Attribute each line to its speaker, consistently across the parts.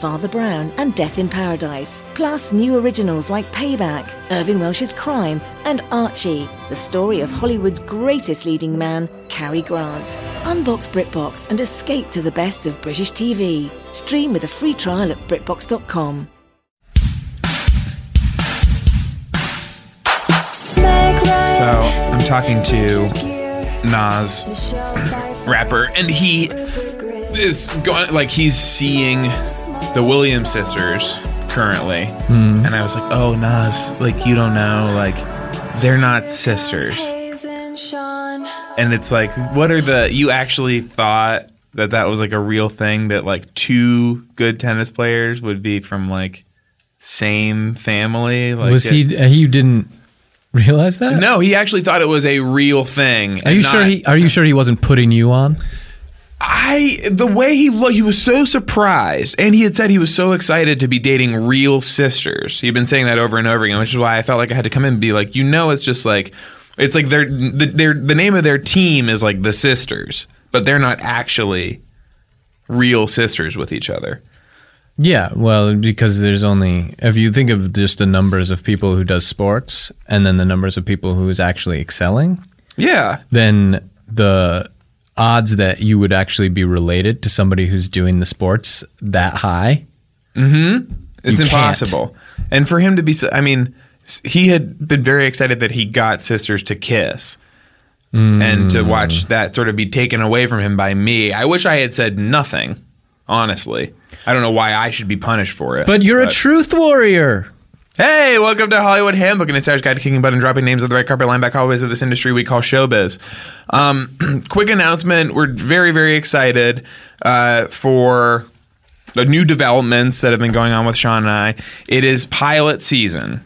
Speaker 1: Father Brown, and Death in Paradise, plus new originals like Payback, Irving Welsh's Crime, and Archie, the story of Hollywood's greatest leading man, Cary Grant. Unbox BritBox and escape to the best of British TV. Stream with a free trial at BritBox.com.
Speaker 2: So I'm talking to Nas, rapper, and he is going like he's seeing the Williams sisters currently,
Speaker 3: Hmm.
Speaker 2: and I was like, "Oh, Nas, like you don't know, like they're not sisters." And it's like, what are the you actually thought that that was like a real thing that like two good tennis players would be from like same family? Like
Speaker 3: was
Speaker 2: it-
Speaker 3: he? uh, He didn't realize that.
Speaker 2: No, he actually thought it was a real thing.
Speaker 3: Are you sure he? Are you sure he wasn't putting you on?
Speaker 2: I the way he looked, he was so surprised, and he had said he was so excited to be dating real sisters. He'd been saying that over and over again, which is why I felt like I had to come in and be like, you know, it's just like, it's like their the, their the name of their team is like the sisters, but they're not actually real sisters with each other.
Speaker 3: Yeah, well, because there's only if you think of just the numbers of people who does sports, and then the numbers of people who is actually excelling,
Speaker 2: Yeah,
Speaker 3: then the odds that you would actually be related to somebody who's doing the sports that high.
Speaker 2: It's
Speaker 3: You can't.
Speaker 2: impossible. And for him to be, so, I mean, s- he had been very excited that he got sisters to kiss. And
Speaker 3: Mm.
Speaker 2: to watch that sort of be taken away from him by me, I wish I had said nothing. Honestly, I don't know why I should be punished for it.
Speaker 3: But you're a truth warrior.
Speaker 2: Hey, welcome to Hollywood Handbook, an insider's guide to kicking butt and dropping names on the red carpet, line back hallways of this industry we call showbiz. Um, quick announcement: We're very, very excited uh, for the new developments that have been going on with Sean and I. It is pilot season.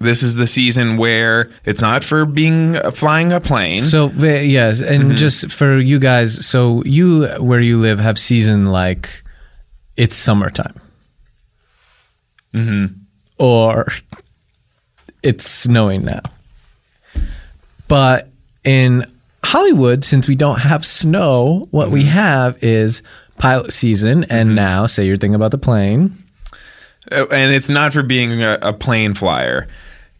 Speaker 2: This is the season where it's not for being uh, flying a plane.
Speaker 3: So ve- yes, and just for you guys, so you where you live have season like it's summertime, mm-hmm. or it's snowing now. But in Hollywood, since we don't have snow, what we have is pilot season, and now say your thing about the plane.
Speaker 2: Uh, and it's not for being a, a plane flyer.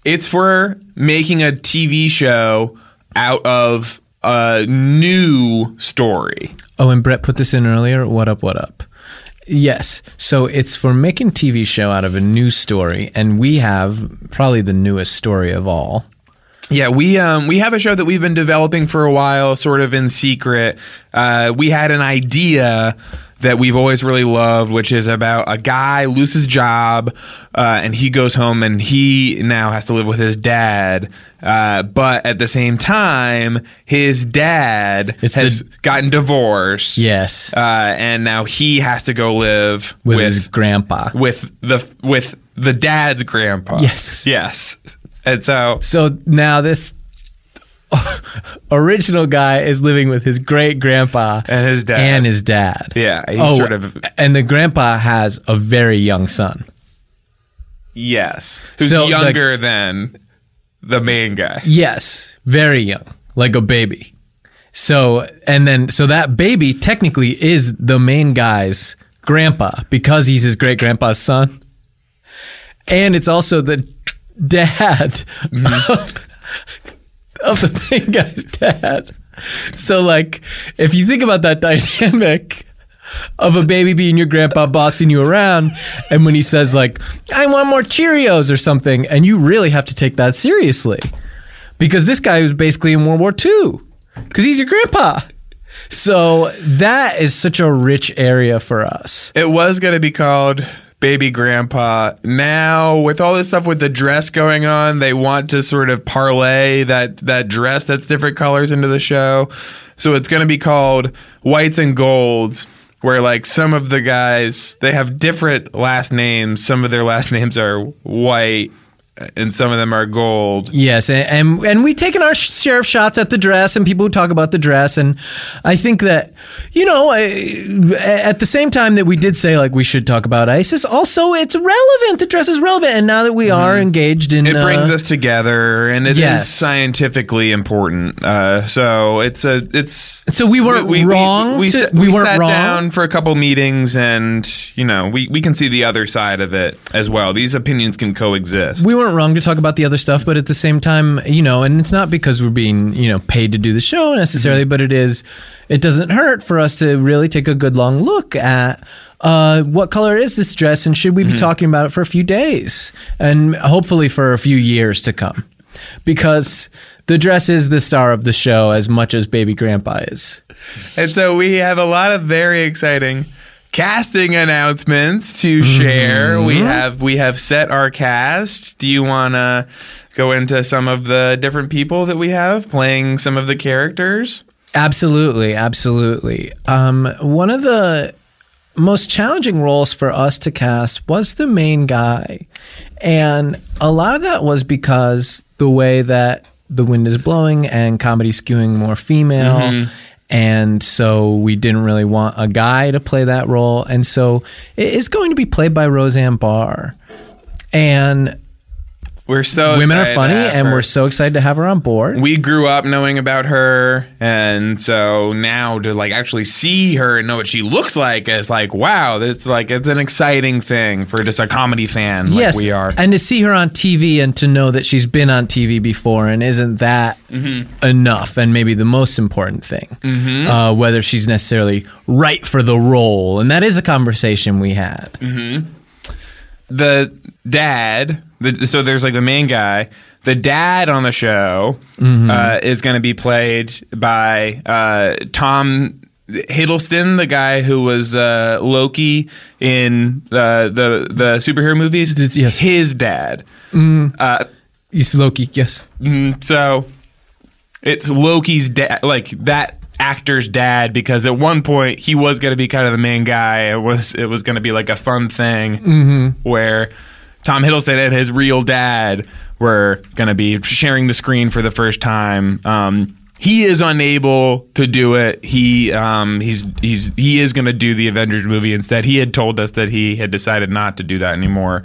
Speaker 2: It's for making a TV show out of a new story.
Speaker 3: Oh, and Brett put this in earlier. What up, what up? Yes. So it's for making TV show out of a news story, and we have probably the newest story of all.
Speaker 2: Yeah, we um we have a show that we've been developing for a while, sort of in secret. Uh, we had an idea that we've always really loved, which is about a guy loses his job, uh, and he goes home and he now has to live with his dad. Uh, but at the same time, his dad
Speaker 3: It's
Speaker 2: has
Speaker 3: the-
Speaker 2: gotten divorced.
Speaker 3: Yes.
Speaker 2: uh, and now he has to go live
Speaker 3: with,
Speaker 2: with
Speaker 3: his grandpa.
Speaker 2: with the with the dad's grandpa.
Speaker 3: Yes.
Speaker 2: yes, and so.
Speaker 3: so now this original guy is living with his great grandpa
Speaker 2: And his dad.
Speaker 3: And his dad.
Speaker 2: Yeah, he
Speaker 3: oh,
Speaker 2: sort of
Speaker 3: and the grandpa has a very young son.
Speaker 2: yes, who's
Speaker 3: So, like-
Speaker 2: younger than the main guy.
Speaker 3: Yes, very young, like a baby. So, and then, so that baby technically is the main guy's grandpa because he's his great grandpa's son. And it's also the dad of, of the main guy's dad. So, like, if you think about that dynamic of a baby being your grandpa bossing you around, and when he says, like, I want more Cheerios or something, and you really have to take that seriously because this guy was basically in World War II because he's your grandpa. So that is such a rich area for us.
Speaker 2: It was going to be called Baby Grandpa. Now, with all this stuff with the dress going on, they want to sort of parlay that that dress that's different colors into the show. So it's going to be called Whites and Golds. Where like some of the guys they have different last names. Some of their last names are White, and some of them are gold.
Speaker 3: Yes, and and, and we taken our sh- share of shots at the dress and people who talk about the dress, and I think that you know, I, at the same time that we did say like we should talk about ISIS, also it's relevant. The dress is relevant, and now that we are engaged in,
Speaker 2: Mm-hmm. It
Speaker 3: uh,
Speaker 2: brings us together, and it is
Speaker 3: Yes.
Speaker 2: scientifically important. Uh, so it's a it's.
Speaker 3: So we weren't wrong
Speaker 2: We,
Speaker 3: to-
Speaker 2: sat-
Speaker 3: we weren't
Speaker 2: sat
Speaker 3: wrong?
Speaker 2: down for a couple meetings, and you know we we can see the other side of it as well. These opinions can coexist.
Speaker 3: we weren't wrong to talk about the other stuff, but at the same time, you know, and it's not because we're being, you know, paid to do the show necessarily, but it is, it doesn't hurt for us to really take a good long look at uh, what color is this dress and should we be talking about it for a few days and hopefully for a few years to come because the dress is the star of the show as much as baby grandpa is.
Speaker 2: And so we have a lot of very exciting casting announcements to
Speaker 3: Mm-hmm.
Speaker 2: share. We have we have set our cast. Do you want to go into some of the different people that we have playing some of the characters?
Speaker 3: Absolutely, absolutely. Um, one of the most challenging roles for us to cast was the main guy, and a lot of that was because the way that the wind is blowing and comedy skewing more female.
Speaker 2: Mm-hmm.
Speaker 3: And so we didn't really want a guy to play that role. And so it is going to be played by Roseanne Barr. And
Speaker 2: We're so
Speaker 3: women are
Speaker 2: excited
Speaker 3: funny,
Speaker 2: to have
Speaker 3: and
Speaker 2: her.
Speaker 3: we're so excited to have her on board.
Speaker 2: we grew up knowing about her and so now to like actually see her and know what she looks like is like wow it's like it's an exciting thing for just a comedy fan like we are
Speaker 3: And to see her on TV and to know that she's been on TV before and isn't that
Speaker 2: Mm-hmm.
Speaker 3: enough and maybe the most important thing, uh, whether she's necessarily right for the role. And that is a conversation we had.
Speaker 2: Mm-hmm. the dad, the, so there's like the main guy. The dad on the show uh, is going to be played by uh, Tom Hiddleston, the guy who was uh, Loki in uh, the the superhero movies.
Speaker 3: This- yes.
Speaker 2: his dad. Uh,
Speaker 3: Yes, Loki, yes.
Speaker 2: Mm, so it's Loki's dad, like that actor's dad, because at one point he was going to be kind of the main guy. It was it was going to be like a fun thing where Tom Hiddleston and his real dad were going to be sharing the screen for the first time. Um, he is unable to do it. He um, he's he's he is going to do the Avengers movie instead. He had told us that he had decided not to do that anymore.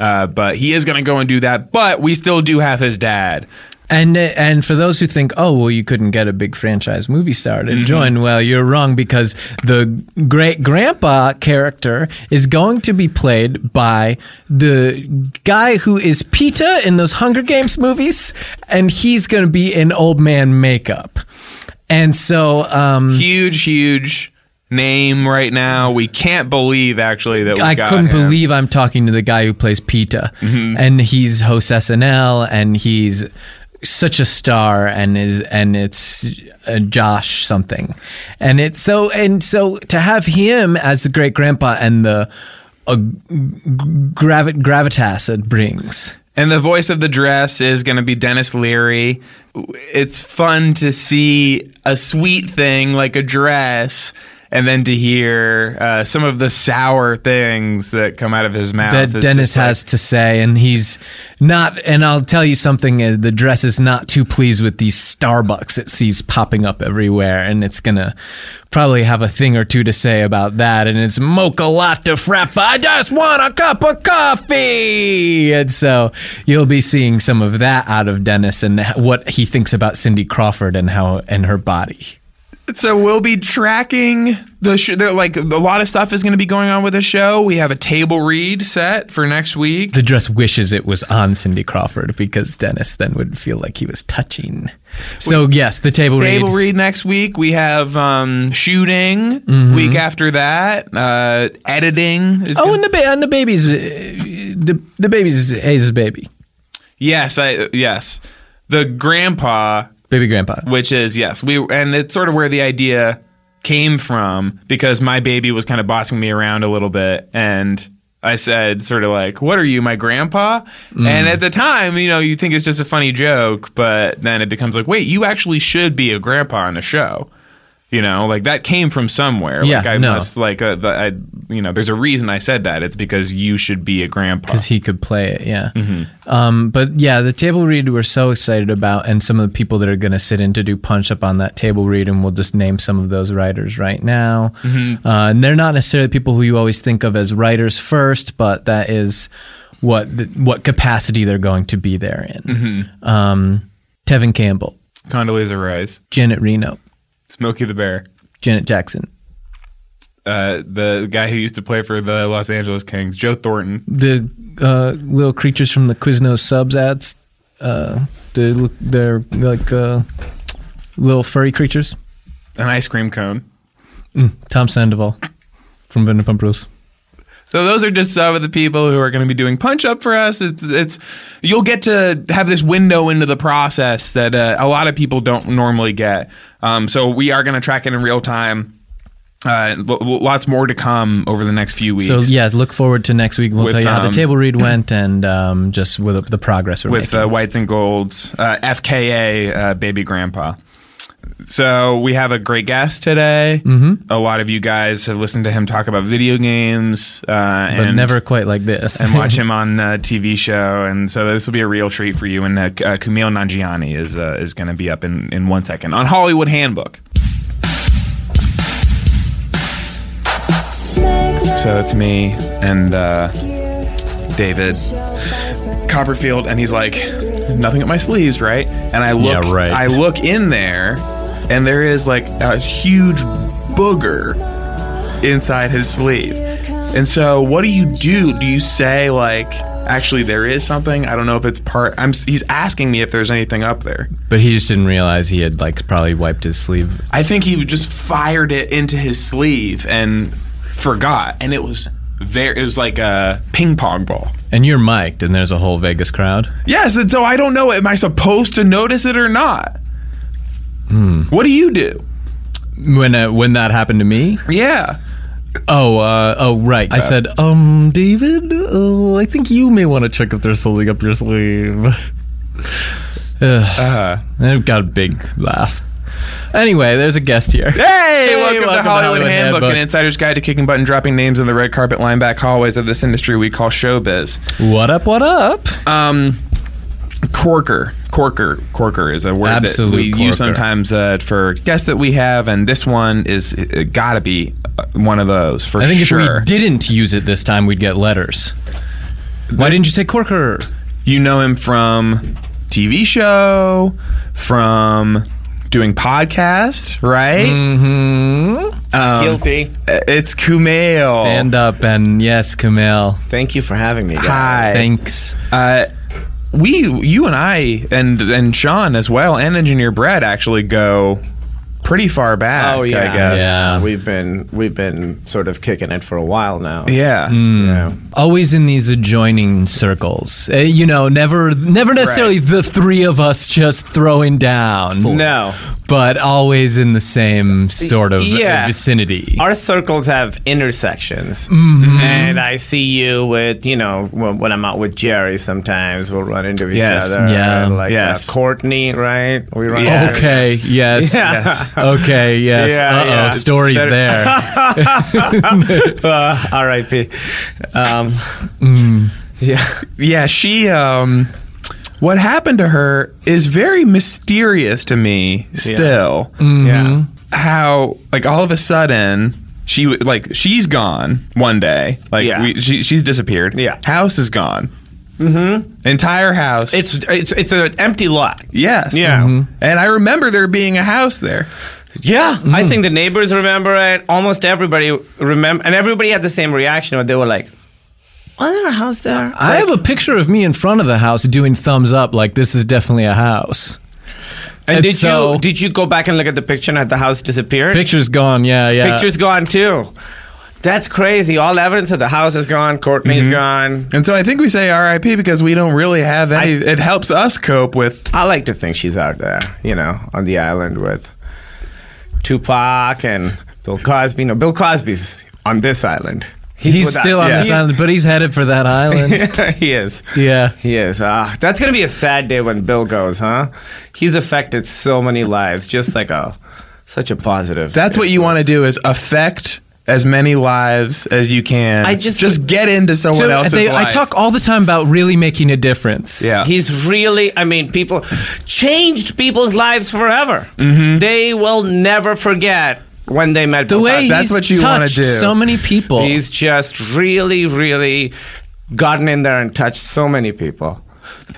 Speaker 2: Uh, but he is going to go and do that. But we still do have his dad.
Speaker 3: And, uh, and for those who think, oh, well, you couldn't get a big franchise movie star to join, well, you're wrong because the great grandpa character is going to be played by the guy who is Peta in those Hunger Games movies, and he's going to be in old man makeup. And so, um,
Speaker 2: huge, huge name right now. We can't believe actually that we
Speaker 3: I
Speaker 2: got
Speaker 3: couldn't
Speaker 2: him. Mm-hmm.
Speaker 3: believe I'm talking to the guy who plays Peta, and he's host SNL, and he's such a star, and is and it's uh, Josh something, and it's so and so to have him as the great grandpa and the uh, gravi- gravitas it brings.
Speaker 2: And the voice of the dress is going to be Dennis Leary. It's fun to see a sweet thing like a dress. And then to hear uh, some of the sour things that come out of his mouth.
Speaker 3: that
Speaker 2: It's
Speaker 3: Dennis
Speaker 2: just like-
Speaker 3: has to say, and he's not. And I'll tell you something: uh, the dress is not too pleased with these Starbucks it sees popping up everywhere, and it's gonna probably have a thing or two to say about that. And it's mocha latte frappa. I just want a cup of coffee, and so you'll be seeing some of that out of Dennis and h- what he thinks about Cindy Crawford and how and her body.
Speaker 2: So we'll be tracking the sh- there, like a lot of stuff is going to be going on with the show. We have a table read set for next week.
Speaker 3: the dress wishes it was on Cindy Crawford because Dennis then would feel like he was touching. So yes, the table,
Speaker 2: Table
Speaker 3: read.
Speaker 2: read next week. We have um, shooting week after that. Uh, editing. Is
Speaker 3: Mm-hmm. Oh,
Speaker 2: gonna-
Speaker 3: and the ba- and the baby's uh, the the baby's Hayes' baby,
Speaker 2: yes, I yes. The grandpa,
Speaker 3: baby grandpa.
Speaker 2: which is yes, we and it's sort of where the idea came from because my baby was kind of bossing me around a little bit and. I said, sort of like, "What are you, my grandpa?" And
Speaker 3: Mm.
Speaker 2: at the time, you know, you think it's just a funny joke, but then it becomes like, "Wait, you actually should be a grandpa on a show." You know, like that came from somewhere.
Speaker 3: Yeah,
Speaker 2: like I
Speaker 3: no.
Speaker 2: must like uh, the, I, you know, there's a reason I said that. It's because you should be a grandpa.
Speaker 3: because he could play it. Yeah. Um, but yeah, the table read we're so excited about, and some of the people that are going to sit in to do punch up on that table read, and we'll just name some of those writers right now. Uh, and they're not necessarily people who you always think of as writers first, but that is what the, what capacity they're going to be there in. Um, Tevin Campbell,
Speaker 2: Condoleezza Rice,
Speaker 3: Janet Reno,
Speaker 2: Smokey the Bear,
Speaker 3: Janet Jackson,
Speaker 2: uh, the guy who used to play for the Los Angeles Kings, Joe Thornton.
Speaker 3: the uh, little creatures from the Quiznos subs ads. Uh, they look, they're like uh, little furry creatures.
Speaker 2: an ice cream cone.
Speaker 3: Tom Sandoval from Vanderpump Rules.
Speaker 2: So those are just some of the people who are going to be doing punch up for us. It's it's you'll get to have this window into the process that uh, a lot of people don't normally get. Um, so we are going to track it in real time. Uh, lo- lo- lots more to come over the next few weeks.
Speaker 3: So yeah, look forward to next week. We'll
Speaker 2: With,
Speaker 3: tell you how
Speaker 2: um,
Speaker 3: the table read went and um, just with the progress we're
Speaker 2: with
Speaker 3: making.
Speaker 2: uh, whites and golds, uh, FKA uh, baby grandpa. So we have a great guest today. Mm-hmm. A lot of you guys have listened to him talk about video games, uh,
Speaker 3: but
Speaker 2: and
Speaker 3: never quite like this.
Speaker 2: and watch him on a TV show. And so this will be a real treat for you. And uh, K- uh, Kumail Nanjiani is uh, is going to be up in, in one second on Hollywood Handbook. So it's me and uh, David Copperfield, and he's like, nothing up my sleeves, right? And I look,
Speaker 4: Yeah, right.
Speaker 2: I look in there, and there is like a huge booger inside his sleeve. And so, what do you do? Do you say like, actually, there is something? I don't know if it's part. I'm. s- He's asking me if there's anything up there.
Speaker 3: but he just didn't realize he had like probably wiped his sleeve.
Speaker 2: I think he just fired it into his sleeve and forgot, and it was very. It was like a ping pong ball.
Speaker 3: And you're mic'd, and there's a whole Vegas crowd.
Speaker 2: Yes, and so I don't know. Am I supposed to notice it or not?
Speaker 3: Hmm.
Speaker 2: What do you do?
Speaker 3: When uh, when that happened to me,
Speaker 2: Yeah.
Speaker 3: oh uh, oh right, I said, um, David, uh, I think you may want to check if there's something up your sleeve. Ugh.
Speaker 2: Uh,
Speaker 3: And I've got a big laugh. Anyway, there's a guest here.
Speaker 2: Hey, welcome, to
Speaker 3: welcome to
Speaker 2: Hollywood,
Speaker 3: Hollywood
Speaker 2: Handbook,
Speaker 3: Handbook.
Speaker 2: an insider's guide to kicking butt and dropping names in the red carpet line back hallways of this industry we call showbiz.
Speaker 3: What up? What up?
Speaker 2: Um, corker, corker, corker is a word
Speaker 3: Absolute
Speaker 2: that we use
Speaker 3: corker.
Speaker 2: sometimes uh, for guests that we have, and this one is it, it gotta be uh, one of those for
Speaker 3: I think
Speaker 2: sure.
Speaker 3: if we didn't use it this time, we'd get letters. Why didn't you say corker?
Speaker 2: You know him from TV show, from doing podcast, right?
Speaker 3: Mm-hmm.
Speaker 4: Guilty.
Speaker 2: It's Kumail.
Speaker 3: Stand up and yes, Camille.
Speaker 4: Thank you for having me. Guys.
Speaker 2: Hi.
Speaker 3: Thanks.
Speaker 2: Uh, we, you and I, and and Sean as well, and engineer Brad actually go pretty far back.
Speaker 4: Oh yeah,
Speaker 2: I guess.
Speaker 3: Yeah.
Speaker 4: We've been we've been sort of kicking it for a while now.
Speaker 2: Yeah. Mm.
Speaker 4: Yeah. Mm.
Speaker 3: Always in these adjoining circles. Uh, you know, never, never necessarily the three of us just throwing down,
Speaker 4: No,
Speaker 3: but always in the same sort of
Speaker 4: Yeah.
Speaker 3: vicinity.
Speaker 4: our circles have intersections,
Speaker 2: Mm-hmm.
Speaker 4: and I see you with you know when, when I'm out with Jerry. Sometimes we'll run into each
Speaker 2: Yes.
Speaker 4: other.
Speaker 3: Yeah.
Speaker 4: like uh,
Speaker 2: Yes.
Speaker 4: Courtney, right? We run.
Speaker 2: Yes.
Speaker 3: Okay. Yes.
Speaker 2: Yes.
Speaker 3: Okay. Yes.
Speaker 4: Yeah,
Speaker 3: Uh oh.
Speaker 4: yeah.
Speaker 3: Stories
Speaker 4: Better-
Speaker 3: there.
Speaker 4: into- Uh, R.I.P. Um, Yeah.
Speaker 2: Yeah. She. Um, what happened to her is very mysterious to me. Still,
Speaker 4: Yeah.
Speaker 2: how like all of a sudden she w- like she's gone one day. Like
Speaker 4: Yeah.
Speaker 2: we, she, she's disappeared.
Speaker 4: Yeah.
Speaker 2: House is gone. Mm-hmm. Entire house.
Speaker 4: It's it's it's an empty lot.
Speaker 2: yes. Mm-hmm.
Speaker 4: Yeah. Mhm.
Speaker 2: And I remember there being a house there.
Speaker 4: Yeah, I
Speaker 3: Mm.
Speaker 4: think the neighbors remember it. Almost everybody remember, and everybody had the same reaction. Where they were like, "Was there a house there?"
Speaker 3: I have a picture of me in front of the house doing thumbs up, like this is definitely a house.
Speaker 4: and
Speaker 3: and
Speaker 4: did
Speaker 3: so-
Speaker 4: you did you go back and look at the picture and had the house disappeared?
Speaker 3: Picture's gone. Yeah. Yeah.
Speaker 4: Picture's gone too. That's crazy. All evidence of the house is gone. Courtney's
Speaker 3: Mm-hmm.
Speaker 4: gone.
Speaker 2: And so I think we say R.I.P. because we don't really have any. it helps us cope with.
Speaker 4: I like to think she's out there, you know, on the island with Tupac and Bill Cosby. No, Bill Cosby's on this island.
Speaker 3: He's
Speaker 4: with us.
Speaker 3: still on
Speaker 4: Yeah.
Speaker 3: this island, but he's headed for that island.
Speaker 4: he is.
Speaker 3: yeah.
Speaker 4: He is. Ah, that's gonna be a sad day when Bill goes, huh? He's affected so many lives, just like a such a positive.
Speaker 2: That's what you want to do is affect as many lives as you can.
Speaker 4: I just-
Speaker 2: just get into someone
Speaker 3: So
Speaker 2: else's
Speaker 3: they-
Speaker 2: life.
Speaker 3: I talk all the time about really making a difference.
Speaker 2: Yeah.
Speaker 4: He's really, I mean, people changed people's lives forever. They will never forget when they met
Speaker 3: The
Speaker 4: Bill
Speaker 3: way
Speaker 4: Cosby.
Speaker 2: Uh, That's
Speaker 3: he's
Speaker 2: what you wanna
Speaker 3: touched
Speaker 2: do.
Speaker 3: so many people.
Speaker 4: He's just really, really gotten in there and touched so many people.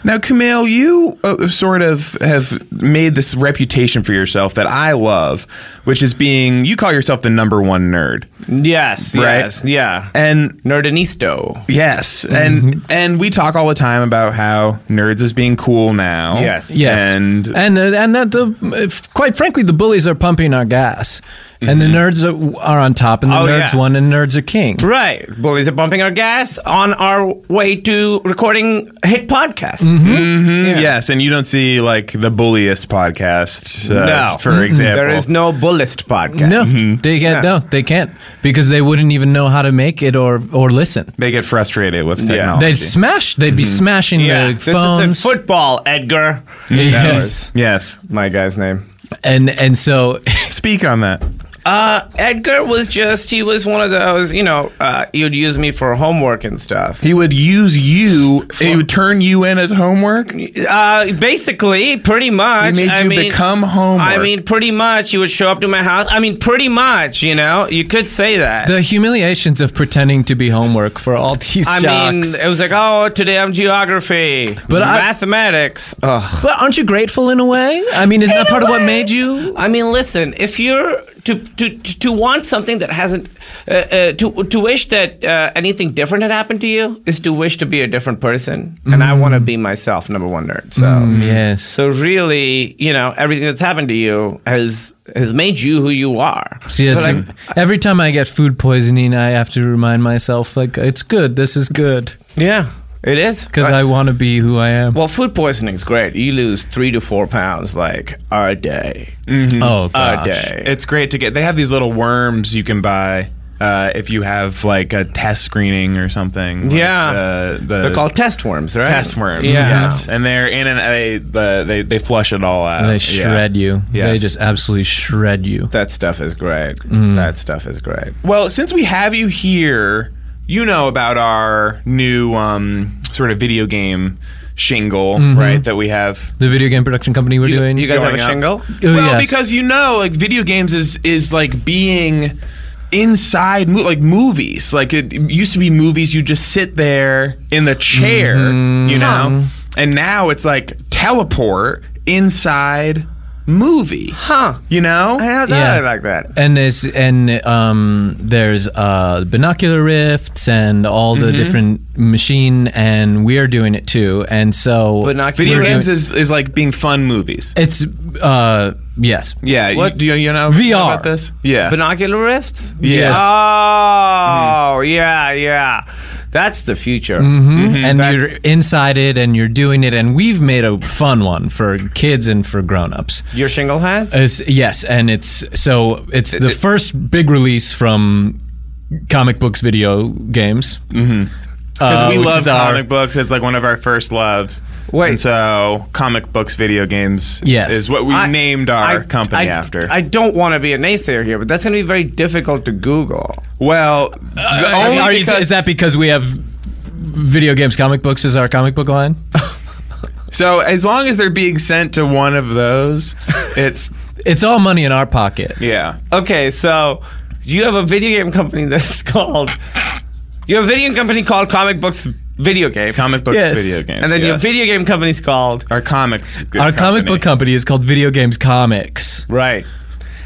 Speaker 2: Now, Kumail, you uh, sort of have made this reputation for yourself that I love, which is being you call yourself the number one nerd,
Speaker 4: Yes,
Speaker 2: Right.
Speaker 4: yes, yeah.
Speaker 2: and
Speaker 4: Nerdanisto.
Speaker 2: yes, and
Speaker 4: Mm-hmm.
Speaker 2: and we talk all the time about how nerds is being cool now.
Speaker 4: Yes.
Speaker 3: Yes,
Speaker 2: and
Speaker 3: and uh, and that the if, quite frankly, the bullies are pumping our gas, and the nerds are, are on top, and the
Speaker 4: Mm-hmm. Oh,
Speaker 3: nerds
Speaker 4: yeah.
Speaker 3: won, and nerds are king.
Speaker 4: Right. Bullies are bumping our gas on our way to recording hit podcasts.
Speaker 2: Mhm, yes, and you don't see like the bulliest podcast, uh,
Speaker 4: No.
Speaker 2: for example.
Speaker 4: There is no bullist podcast.
Speaker 3: No, they can't. No, they can't because they wouldn't even know how to make it or or listen.
Speaker 2: They get frustrated with
Speaker 4: Oh,
Speaker 2: technology.
Speaker 3: They'd smash. They'd be smashing
Speaker 4: Mm-hmm. Yeah,
Speaker 3: the
Speaker 4: this
Speaker 3: phones.
Speaker 4: is football, Edgar.
Speaker 3: yes,
Speaker 2: yes,
Speaker 4: My guy's name.
Speaker 3: and and so
Speaker 2: speak on that.
Speaker 4: Uh, Edgar was just, he was one of those, you know, uh, you'd use me for homework and stuff.
Speaker 2: He would use you. He would turn you in as homework.
Speaker 4: Uh, basically, pretty much.
Speaker 2: made
Speaker 4: I
Speaker 2: you
Speaker 4: mean,
Speaker 2: become homework.
Speaker 4: I mean, pretty much, you would show up to my house. I mean, pretty much, you know, you could say that.
Speaker 3: the humiliations of pretending to be homework for all these
Speaker 4: I
Speaker 3: jocks.
Speaker 4: mean, it was like, oh, today I'm geography,
Speaker 3: But I-
Speaker 4: mathematics. Ugh.
Speaker 3: but aren't you grateful in a way? I mean, isn't that part of what made you?
Speaker 4: I mean, listen, if you're to to to to want something that hasn't uh, uh, to to wish that uh, anything different had happened to you is to wish to be a different person, and I want to be myself, number one nerd. So.
Speaker 2: Mm,
Speaker 3: Yes.
Speaker 4: So really, you know, everything that's happened to you has has made you who you are.
Speaker 3: Yes,
Speaker 4: So, like,
Speaker 3: every time I get food poisoning, I have to remind myself like it's good. This is good
Speaker 4: yeah, it is.
Speaker 3: because I want to be who I am.
Speaker 4: Well, food poisoning is great. You lose three to four pounds like a day,
Speaker 3: oh
Speaker 4: a
Speaker 3: gosh.
Speaker 4: day.
Speaker 2: It's great to get. They have these little worms you can buy uh, if you have like a test screening or something. like,
Speaker 4: Yeah.
Speaker 2: uh, the,
Speaker 4: They're called test worms, right?
Speaker 2: test worms.
Speaker 4: Yeah.
Speaker 2: Yes, and they're in and they the, they they flush it all out.
Speaker 3: They shred you. They
Speaker 2: Yes.
Speaker 3: just absolutely shred you.
Speaker 4: That stuff is great.
Speaker 2: Mm.
Speaker 4: That stuff is great.
Speaker 2: Well, since we have you here, you know about our new um, sort of video game shingle, right? That we have
Speaker 3: The video game production company we're doing.
Speaker 4: You guys have a
Speaker 2: going up.
Speaker 4: shingle?
Speaker 3: Oh,
Speaker 2: well,
Speaker 3: yes.
Speaker 2: because you know, like video games is is like being inside mo- like movies. Like it, it used to be movies you just sit there in the chair,
Speaker 4: Mm-hmm.
Speaker 2: you know. And now it's like teleport inside movie.
Speaker 4: Huh.
Speaker 2: You know?
Speaker 4: I had
Speaker 3: Yeah.
Speaker 4: that like that.
Speaker 3: and there's and um, there's uh, binocular rifts and all the different machine, and we're doing it too. And so
Speaker 4: Binocular-
Speaker 2: Video
Speaker 4: We're
Speaker 2: games is, is like being fun movies.
Speaker 3: It's uh, yes.
Speaker 2: Yeah, you,
Speaker 4: What-
Speaker 2: do you, you know
Speaker 3: VR.
Speaker 2: about this? Yeah.
Speaker 4: Binocular rifts?
Speaker 3: Yes.
Speaker 4: Oh,
Speaker 2: Mm.
Speaker 4: yeah, yeah. That's the future.
Speaker 2: Mm-hmm.
Speaker 3: Mm-hmm. and you're inside it and you're doing it and we've made a fun one for kids and for grown-ups
Speaker 4: Your shingle has?
Speaker 3: It's- yes and it's so it's the first big release from comic books video games because
Speaker 2: Because
Speaker 4: Uh,
Speaker 2: we love comic books. It's like one of our first loves.
Speaker 4: Wait.
Speaker 2: And so comic books, video games
Speaker 3: Yes.
Speaker 2: is what we
Speaker 4: I-
Speaker 2: named our
Speaker 4: I-
Speaker 2: company
Speaker 4: I-
Speaker 2: after.
Speaker 4: I don't want to be a naysayer here, but that's going to be very difficult to Google.
Speaker 2: well,
Speaker 4: Uh,
Speaker 2: the only
Speaker 3: are, is,
Speaker 2: because,
Speaker 3: is that because we have video games comic books is our comic book line
Speaker 2: so as long as they're being sent to one of those, it's
Speaker 3: it's all money in our pocket
Speaker 2: yeah.
Speaker 4: Okay, so you have a video game company that's called. You have a video game company called Comic Books Video Games.
Speaker 2: Comic books,
Speaker 4: Yes.
Speaker 2: video games,
Speaker 4: And then your
Speaker 2: yes.
Speaker 4: video game company's called.
Speaker 2: Our comic,
Speaker 3: our comic book company is called video games comics
Speaker 4: Right.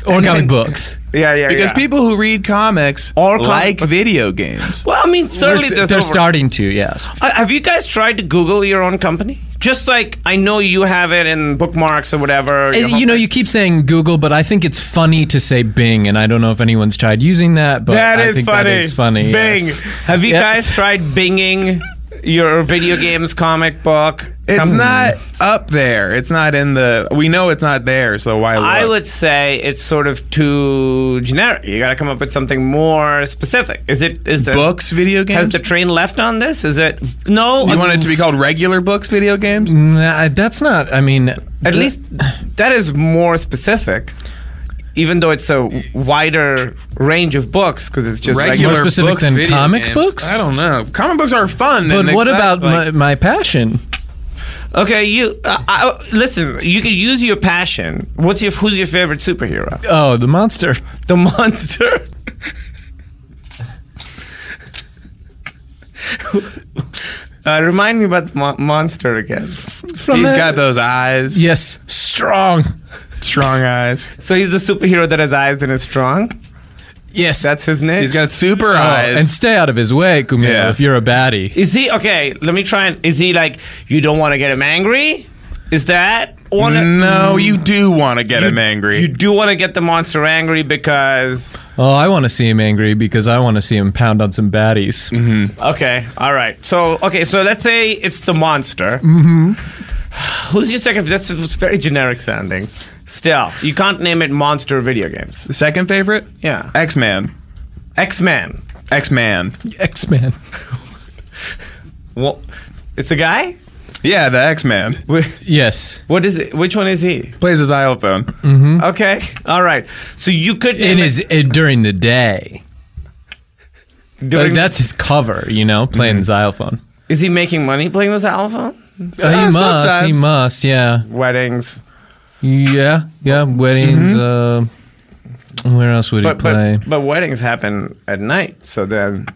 Speaker 3: or comic books
Speaker 4: Yeah, yeah,
Speaker 2: because
Speaker 4: yeah.
Speaker 2: people who read comics
Speaker 4: Or com-
Speaker 2: like video games.
Speaker 4: Well, I mean, certainly
Speaker 3: they're,
Speaker 4: there's
Speaker 3: they're
Speaker 4: over-
Speaker 3: starting to yes
Speaker 4: Uh, Have you guys tried to Google your own company? Just like I know you have it in bookmarks or whatever.
Speaker 3: Uh, You know, you keep saying Google, but I think it's funny to say Bing, and I don't know if anyone's tried using that. But
Speaker 4: that
Speaker 3: I
Speaker 4: is
Speaker 3: think
Speaker 4: funny.
Speaker 3: That is funny.
Speaker 4: Bing.
Speaker 3: yes.
Speaker 4: Have you
Speaker 3: Yes.
Speaker 4: guys tried binging your video games comic book?
Speaker 2: It's
Speaker 4: company?
Speaker 2: not up there. It's not in the. We know it's not there. So why?
Speaker 4: I
Speaker 2: look?
Speaker 4: would say it's sort of too generic. You got to come up with something more specific. Is it is the,
Speaker 2: books, video games.
Speaker 4: Has the train left on this? Is it no?
Speaker 2: you want it to be called regular books, video games?
Speaker 3: Nah, that's not. I mean,
Speaker 4: At least that is more specific. even though it's a wider range of books because it's just
Speaker 2: Regular
Speaker 4: regular.
Speaker 3: specific
Speaker 2: books,
Speaker 3: than
Speaker 2: video
Speaker 3: comic
Speaker 2: games.
Speaker 3: books?
Speaker 2: I don't know. Comic books are fun.
Speaker 3: But
Speaker 2: and
Speaker 3: what
Speaker 2: excite-
Speaker 3: about
Speaker 2: like-
Speaker 3: my, my passion?
Speaker 4: Okay, you uh, I, listen. You can use your passion. What's your who's your favorite superhero?
Speaker 3: Oh, the monster.
Speaker 4: The monster. uh, remind me about the mo- monster again.
Speaker 3: From
Speaker 2: He's
Speaker 3: the-
Speaker 2: got those eyes.
Speaker 3: Yes, strong.
Speaker 2: Strong eyes.
Speaker 4: So he's the superhero that has eyes and is strong.
Speaker 3: Yes,
Speaker 4: That's his name.
Speaker 2: He's got super
Speaker 3: Oh,
Speaker 2: eyes.
Speaker 3: and stay out of his way, Kumail,
Speaker 2: Yeah.
Speaker 3: if you're a baddie.
Speaker 4: Is he okay? Let me try and. Is he like you don't want to get him angry? Is that one? of-
Speaker 2: no, you do want to get him angry.
Speaker 4: You do want to get the monster angry because.
Speaker 3: Oh, I want to see him angry because I want to see him pound on some baddies.
Speaker 4: Mm-hmm. Okay, all right. So okay, so let's say it's the monster.
Speaker 3: Mm-hmm.
Speaker 4: Who's your second? That's it's very generic sounding. Still, you can't name it monster video games.
Speaker 2: the second favorite?
Speaker 4: Yeah,
Speaker 2: X Man.
Speaker 4: X Men.
Speaker 2: X Man.
Speaker 3: X Man.
Speaker 4: Well, it's a guy.
Speaker 2: Yeah, the X Man.
Speaker 3: Yes.
Speaker 4: What is it? Which one is he?
Speaker 2: Plays his xylophone.
Speaker 3: Hmm?
Speaker 4: Okay, all right. So you could
Speaker 3: It
Speaker 4: name
Speaker 3: is it, during the day.
Speaker 4: it
Speaker 3: Like,
Speaker 4: during-
Speaker 3: that's his cover, you know, playing the xylophone.
Speaker 4: is he making money playing this xylophone?
Speaker 3: Uh, he
Speaker 2: Uh,
Speaker 3: must. He
Speaker 2: sometimes.
Speaker 3: must. Yeah.
Speaker 4: Weddings.
Speaker 3: Yeah. Yeah. Weddings. Uh, where else would
Speaker 4: But,
Speaker 3: he play?
Speaker 4: but but weddings happen at night. So then,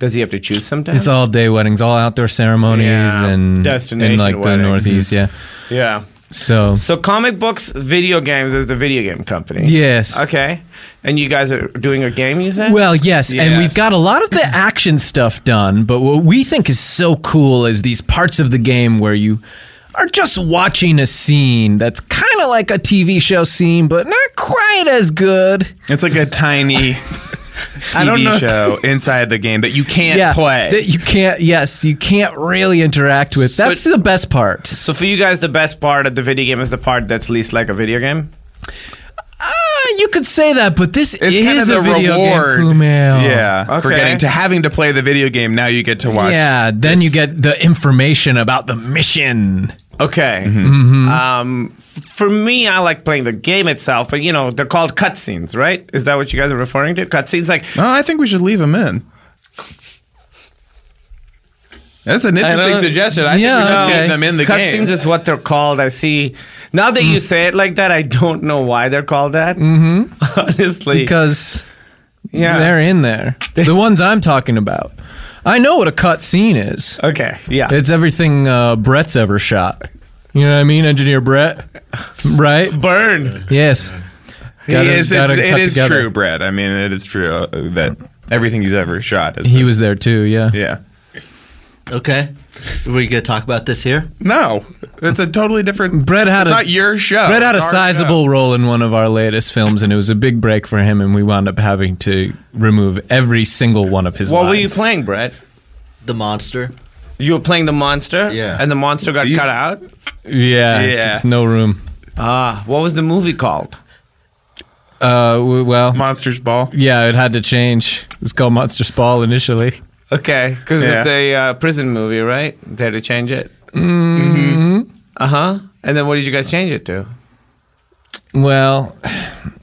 Speaker 4: does he have to choose sometimes?
Speaker 3: it's all day weddings, all outdoor ceremonies,
Speaker 4: Yeah.
Speaker 3: and
Speaker 4: Destination
Speaker 3: in like the
Speaker 4: weddings.
Speaker 3: Northeast. Yeah.
Speaker 4: yeah.
Speaker 3: So
Speaker 4: So comic books, video games is the video game company.
Speaker 3: yes.
Speaker 4: Okay. And you guys are doing a game, you said?
Speaker 3: Well, yes, and
Speaker 2: Yes.
Speaker 3: we've got a lot of the action stuff done, but what we think is so cool is these parts of the game where you are just watching a scene that's kind of like a TV show scene, but not quite as good.
Speaker 2: It's like a tiny
Speaker 3: I don't
Speaker 2: TV
Speaker 3: know.
Speaker 2: show inside the game that you can't play.
Speaker 3: that you can't. Yes, you can't really interact with. That's the best part.
Speaker 4: so for you guys, the best part of the video game is the part that's least like a video game?
Speaker 3: Uh, you could say that, but this
Speaker 2: it's kind
Speaker 3: is
Speaker 2: of the
Speaker 3: a video
Speaker 2: reward.
Speaker 3: game, Kumail.
Speaker 2: Yeah, for
Speaker 4: Okay.
Speaker 2: getting to having to play the video game. Now you get to watch.
Speaker 3: Yeah, then you get the information about the mission.
Speaker 4: Okay.
Speaker 3: Mm-hmm.
Speaker 4: Um, f- for me, I like playing the game itself, but you know, they're called cutscenes, right? Is that what you guys are referring to? Cutscenes? Like,
Speaker 2: Oh, I think we should leave him in. That's an interesting
Speaker 4: don't-
Speaker 2: suggestion. I
Speaker 3: Yeah,
Speaker 2: think we should
Speaker 3: okay.
Speaker 2: leave them in the game.
Speaker 4: um, cutscenes is what they're called. I see. Now that
Speaker 3: Mm.
Speaker 4: you say it like that, I don't know why they're called that. Mm-hmm. Honestly.
Speaker 3: Because
Speaker 4: yeah.
Speaker 3: they're in there. The ones I'm talking about. I know what a cut scene is.
Speaker 4: Okay. Yeah.
Speaker 3: It's everything uh, Brett's ever shot. You know what I mean, Engineer Brett? Right?
Speaker 4: Burn.
Speaker 3: Yes.
Speaker 2: He
Speaker 3: Gotta-
Speaker 2: is- it's,
Speaker 3: gotta
Speaker 2: it
Speaker 3: cut
Speaker 2: is
Speaker 3: together.
Speaker 2: true, Brett. I mean, it is true uh, that everything he's ever shot is.
Speaker 3: He was there too, yeah.
Speaker 2: yeah.
Speaker 5: Okay. Are we going to talk about this here?
Speaker 2: No, it's a totally different.
Speaker 3: Brett had
Speaker 2: it's
Speaker 3: a-
Speaker 2: not your show.
Speaker 3: Brett had a
Speaker 2: It's our
Speaker 3: sizable
Speaker 2: show.
Speaker 3: role in one of our latest films, and it was a big break for him, and we wound up having to remove every single one of his
Speaker 4: What
Speaker 3: lines.
Speaker 4: were you playing, Brett?
Speaker 5: The monster.
Speaker 4: You were playing the monster,
Speaker 5: Yeah.
Speaker 4: and the monster got
Speaker 2: You
Speaker 4: cut
Speaker 2: s-
Speaker 4: out.
Speaker 3: Yeah.
Speaker 2: Yeah.
Speaker 3: No room.
Speaker 4: Ah, what was the movie called?
Speaker 3: Uh, w- well,
Speaker 2: Monsters Ball.
Speaker 3: yeah, it had to change. It was called Monster Spall initially.
Speaker 4: Okay, because it's
Speaker 2: Yeah.
Speaker 4: a uh, prison movie, right? They had to change it. Mm-hmm. Uh huh. And then what did you guys change it to?
Speaker 3: Well,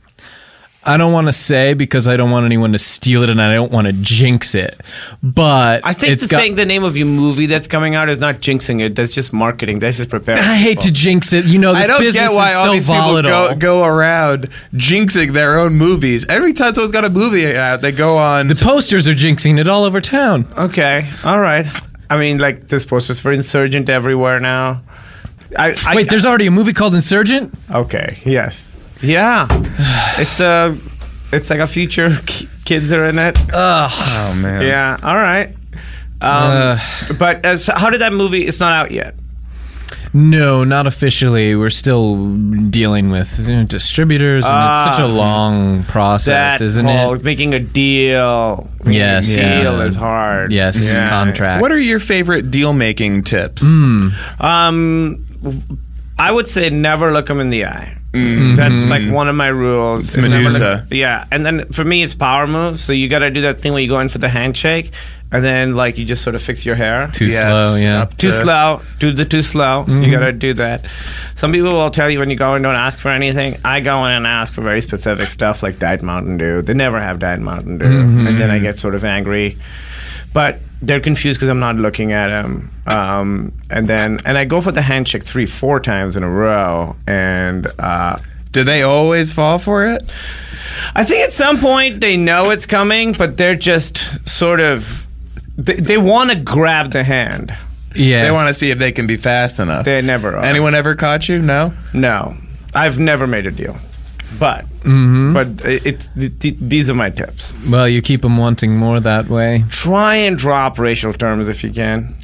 Speaker 3: I don't want to say because I don't want anyone to steal it and I don't want to jinx it. But
Speaker 4: I think
Speaker 3: it's
Speaker 4: the
Speaker 3: got-
Speaker 4: saying the name of your movie that's coming out is not jinxing it. That's just marketing. That's just preparing.
Speaker 3: I hate to jinx it. You know,
Speaker 2: I
Speaker 3: this
Speaker 2: don't
Speaker 3: business
Speaker 2: get why
Speaker 3: is
Speaker 2: all
Speaker 3: so
Speaker 2: these
Speaker 3: volatile.
Speaker 2: people go, go around jinxing their own movies. Every time someone's got a movie out, they go on.
Speaker 3: the posters are jinxing it all over town.
Speaker 4: Okay, all right. I mean, like this poster's for Insurgent everywhere now. I, I
Speaker 3: Wait, there's already a movie called Insurgent?
Speaker 4: okay. Yes. Yeah. it's a. It's like a future. K- kids are in it.
Speaker 3: Uh-huh.
Speaker 2: oh man.
Speaker 4: Yeah. All right. Um,
Speaker 3: Uh,
Speaker 4: but as, how did that movie? It's not out yet.
Speaker 3: No, not officially. We're still dealing with you know, distributors, and it's
Speaker 2: Ah,
Speaker 3: such a long process,
Speaker 4: That
Speaker 3: isn't
Speaker 4: whole
Speaker 3: it?
Speaker 4: making a deal. Making
Speaker 3: Yes.
Speaker 4: A
Speaker 3: Yeah.
Speaker 4: deal is hard.
Speaker 3: Yes,
Speaker 4: Yeah.
Speaker 3: contract.
Speaker 2: What are your favorite deal
Speaker 3: Hmm.
Speaker 2: making tips?
Speaker 4: Um, I would say never look them in the eye.
Speaker 3: Mm-hmm.
Speaker 4: That's like one of my rules. It's
Speaker 6: Medusa.
Speaker 4: yeah, and then for me, it's power moves. So you got to do that thing where you go in for the handshake, and then like you just sort of fix your hair.
Speaker 3: Too
Speaker 2: Yes,
Speaker 3: slow, yeah.
Speaker 2: up
Speaker 4: Too
Speaker 2: to-
Speaker 4: slow. Do the too slow. You gotta do that. Some people will tell you when you go and don't ask for anything. I go in and ask for very specific stuff like Diet Mountain Dew. They never have Diet Mountain Dew, and then I get sort of angry. But they're confused because I'm not looking at them. Um, and then and I go for the handshake three, four times in a row, and. Uh,
Speaker 6: Do they always fall for it?
Speaker 4: I think at some point they know it's coming, but they're just sort of they, they want to grab the hand.
Speaker 3: Yeah.
Speaker 2: They want to see if they can be fast enough.
Speaker 4: They never are.
Speaker 2: Anyone ever caught you? No.
Speaker 4: No, I've never made a deal, but
Speaker 3: Mm-hmm.
Speaker 4: but it, it's th- th- these are my tips.
Speaker 3: Well, you keep them wanting more that way.
Speaker 4: Try and drop racial terms if you can.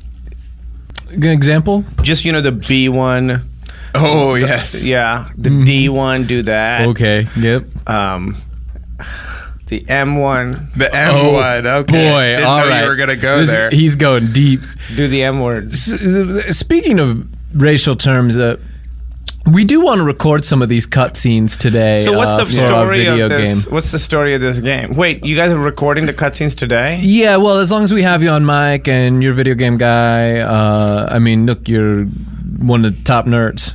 Speaker 3: Good example?
Speaker 4: Just you know the B one,
Speaker 2: Oh yes.
Speaker 4: yeah, the D one, do that.
Speaker 3: Mm-hmm. Okay. Yep.
Speaker 4: Um, the M one,
Speaker 2: The M
Speaker 3: Oh,
Speaker 2: one. Okay.
Speaker 3: Boy,
Speaker 2: Didn't
Speaker 3: all
Speaker 2: know
Speaker 3: right.
Speaker 2: you were gonna go
Speaker 3: This-
Speaker 2: there.
Speaker 3: He's going deep.
Speaker 4: do the M word.
Speaker 3: S- Speaking of racial terms, uh, we do want to record some of these cutscenes today.
Speaker 4: So what's
Speaker 3: uh,
Speaker 4: the
Speaker 3: for our
Speaker 4: story
Speaker 3: video
Speaker 4: of this?
Speaker 3: game.
Speaker 4: What's the story of this game? Wait, you guys are recording the cutscenes today?
Speaker 3: Yeah, well, as long as we have you on mic and you're a video game guy, uh, I mean, look, you're one of the top nerds.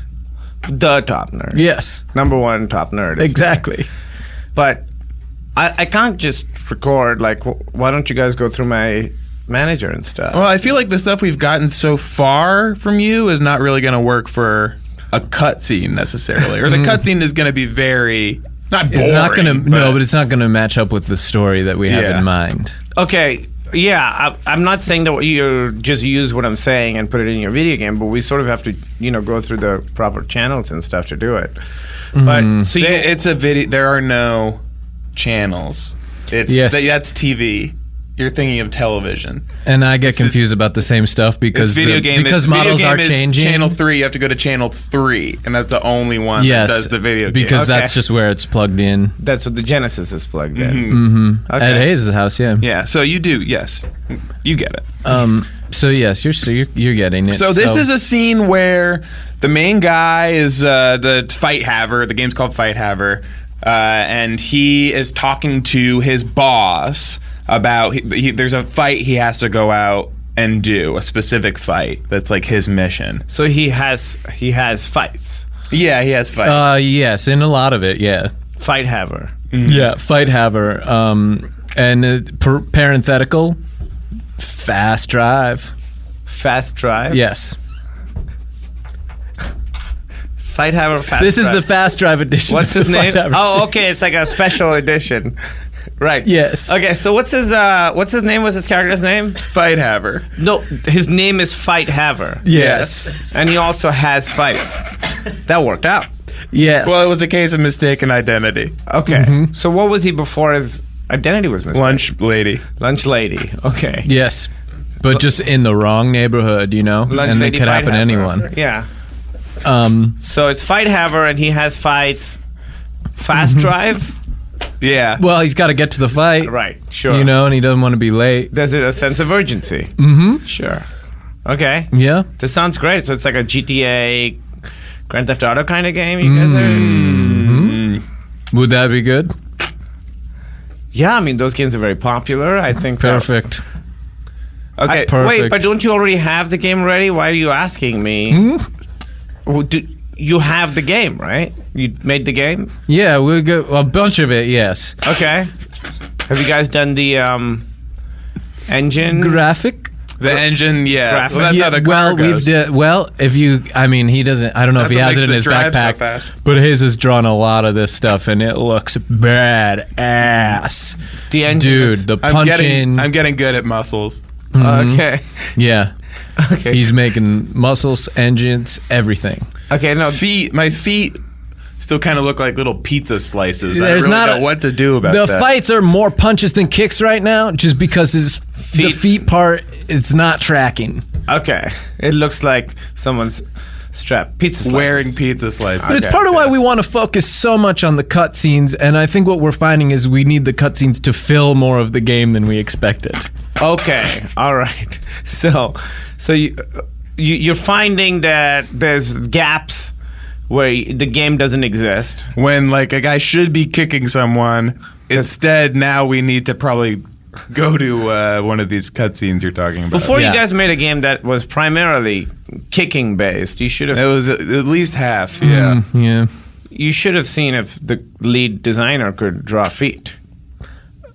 Speaker 4: The top nerd.
Speaker 3: Yes,
Speaker 4: Number one top nerd. is
Speaker 3: exactly.
Speaker 4: but I, I can't just record. Like, wh- why don't you guys go through my manager and stuff?
Speaker 2: Well, I feel like the stuff we've gotten so far from you is not really going to work for a cutscene necessarily, or the cutscene is going to be very not boring.
Speaker 3: It's Mm. not gonna
Speaker 2: but
Speaker 3: no, but it's not gonna match up with the story that we have
Speaker 2: Yeah.
Speaker 3: in mind.
Speaker 4: Okay, yeah, I, I'm not saying that you just use what I'm saying and put it in your video game, but we sort of have to, you know, go through the proper channels and stuff to do it. But so
Speaker 2: Mm.
Speaker 4: you,
Speaker 2: They- it's a video. There are no channels. It's
Speaker 3: Yes.
Speaker 2: th- that's TV. You're thinking of television.
Speaker 3: And I get
Speaker 2: is-
Speaker 3: confused about the same stuff
Speaker 2: It's
Speaker 3: because
Speaker 2: video
Speaker 3: the-
Speaker 2: game.
Speaker 3: because
Speaker 2: it's, video
Speaker 3: models
Speaker 2: game
Speaker 3: are
Speaker 2: is
Speaker 3: changing.
Speaker 2: Channel three. You have to go to channel three, and that's the only one
Speaker 3: yes,
Speaker 2: that does the video game.
Speaker 3: because
Speaker 4: Okay.
Speaker 3: that's just where it's plugged in
Speaker 4: that's what the Genesis is plugged in.
Speaker 3: Mm-hmm. at Hayes' house. Yeah.
Speaker 2: yeah. So you do. Yes, you get it.
Speaker 3: Um. So yes, you're so you're, you're getting it.
Speaker 2: So this is a scene where the main guy is uh, the fight haver. The game's called Fight Haver, uh, and he is talking to his boss about he, he, there's a fight he has to go out and do a specific fight that's like his mission.
Speaker 4: So he has he has fights,
Speaker 2: Yeah, he has fights.
Speaker 3: Uh. Yes, in a lot of it. Yeah.
Speaker 4: fight haver.
Speaker 3: Yeah. Fight haver. Um. And uh, per- parenthetical, fast drive.
Speaker 4: Fast drive.
Speaker 3: Yes.
Speaker 4: Fight haver. Fast
Speaker 3: This is
Speaker 4: drive.
Speaker 3: the fast drive edition.
Speaker 4: What's
Speaker 3: of
Speaker 4: his
Speaker 3: the
Speaker 4: name?
Speaker 3: Fight Haver
Speaker 4: Oh,
Speaker 3: series.
Speaker 4: okay, it's like a special edition. Right.
Speaker 3: Yes.
Speaker 4: Okay, so what's his uh what's his name? What's his character's name?
Speaker 2: fight haver.
Speaker 4: No, his name is Fight Haver.
Speaker 3: Yes.
Speaker 4: And he also has fights. That worked out.
Speaker 3: Yes.
Speaker 2: Well, it was a case of mistaken identity.
Speaker 4: Okay.
Speaker 3: Mm-hmm.
Speaker 4: So what was he before his identity was missing?
Speaker 2: Lunch lady.
Speaker 4: Lunch lady. Okay.
Speaker 3: Yes, but just in the wrong neighborhood, you know,
Speaker 4: Lunch
Speaker 3: and it
Speaker 4: lady
Speaker 3: could
Speaker 4: Fight
Speaker 3: happen to
Speaker 4: Haver.
Speaker 3: anyone.
Speaker 4: Yeah.
Speaker 3: Um,
Speaker 4: So it's Fight Haver and he has fights. Fast
Speaker 3: Mm-hmm.
Speaker 4: drive?
Speaker 2: Yeah.
Speaker 3: well, he's got to get to the fight,
Speaker 4: Right. Sure.
Speaker 3: You know, and he doesn't want to be late.
Speaker 4: There's a sense of urgency.
Speaker 3: Mm-hmm.
Speaker 4: Sure. Okay.
Speaker 3: Yeah,
Speaker 4: This sounds great. So it's like a GTA Grand Theft Auto kind of game, you guys
Speaker 3: Mm.
Speaker 4: are
Speaker 3: would that be good?
Speaker 4: Yeah, I mean those games are very popular. I think that-
Speaker 3: Perfect.
Speaker 2: okay.
Speaker 3: per-
Speaker 4: Wait,
Speaker 3: Perfect. Hmm?
Speaker 4: but don't you already have the game ready? Why are you asking me? Well, do, you have the game, right? You made the game.
Speaker 3: Yeah, we'll go a bunch of it. Yes,
Speaker 4: Okay. have you guys done the um, engine?
Speaker 3: graphic.
Speaker 2: the engine. Yeah.
Speaker 4: Graphic.
Speaker 2: Well, that's
Speaker 3: Yeah,
Speaker 2: how the
Speaker 3: well,
Speaker 2: car goes.
Speaker 3: we've di- well, if you, I mean, he doesn't. I don't know
Speaker 2: That's
Speaker 3: if he
Speaker 2: what
Speaker 3: has
Speaker 2: makes
Speaker 3: it in
Speaker 2: the
Speaker 3: his
Speaker 2: drive so
Speaker 3: backpack,
Speaker 2: fast.
Speaker 3: but his has drawn a lot of this stuff, and it looks bad ass,
Speaker 4: the engine. Uh,
Speaker 3: dude. The
Speaker 2: I'm
Speaker 3: punching,
Speaker 2: getting. I'm getting good at muscles.
Speaker 4: Okay.
Speaker 3: yeah.
Speaker 4: Okay.
Speaker 3: He's making muscles, engines, everything.
Speaker 4: okay. No.
Speaker 2: feet my feet still kind of look like little pizza slices i
Speaker 3: There's
Speaker 2: really
Speaker 3: not
Speaker 2: don't
Speaker 3: a-
Speaker 2: know what to do about
Speaker 3: the
Speaker 2: that
Speaker 3: fights are more punches than kicks right now, just because his the
Speaker 4: Feet.
Speaker 3: feet part it's not tracking.
Speaker 4: Okay. It looks like someone's strapped pizza. Slices.
Speaker 2: wearing pizza slices
Speaker 3: But it's part of why we want to focus so much on the cutscenes, and I think what we're finding is we need the cutscenes to fill more of the game than we expected.
Speaker 4: Okay. All right. uh, So, so you, you you're finding that there's gaps where y- the game doesn't exist.
Speaker 2: when like a guy should be kicking someone. Instead, now we need to probably go to uh, one of these cutscenes you're talking about.
Speaker 4: Before
Speaker 3: Yeah.
Speaker 4: you guys made a game that was primarily kicking based, you should
Speaker 2: it
Speaker 4: have
Speaker 2: was at at least half. Yeah,
Speaker 3: Mm, Yeah.
Speaker 4: you should have seen if the lead designer could draw feet.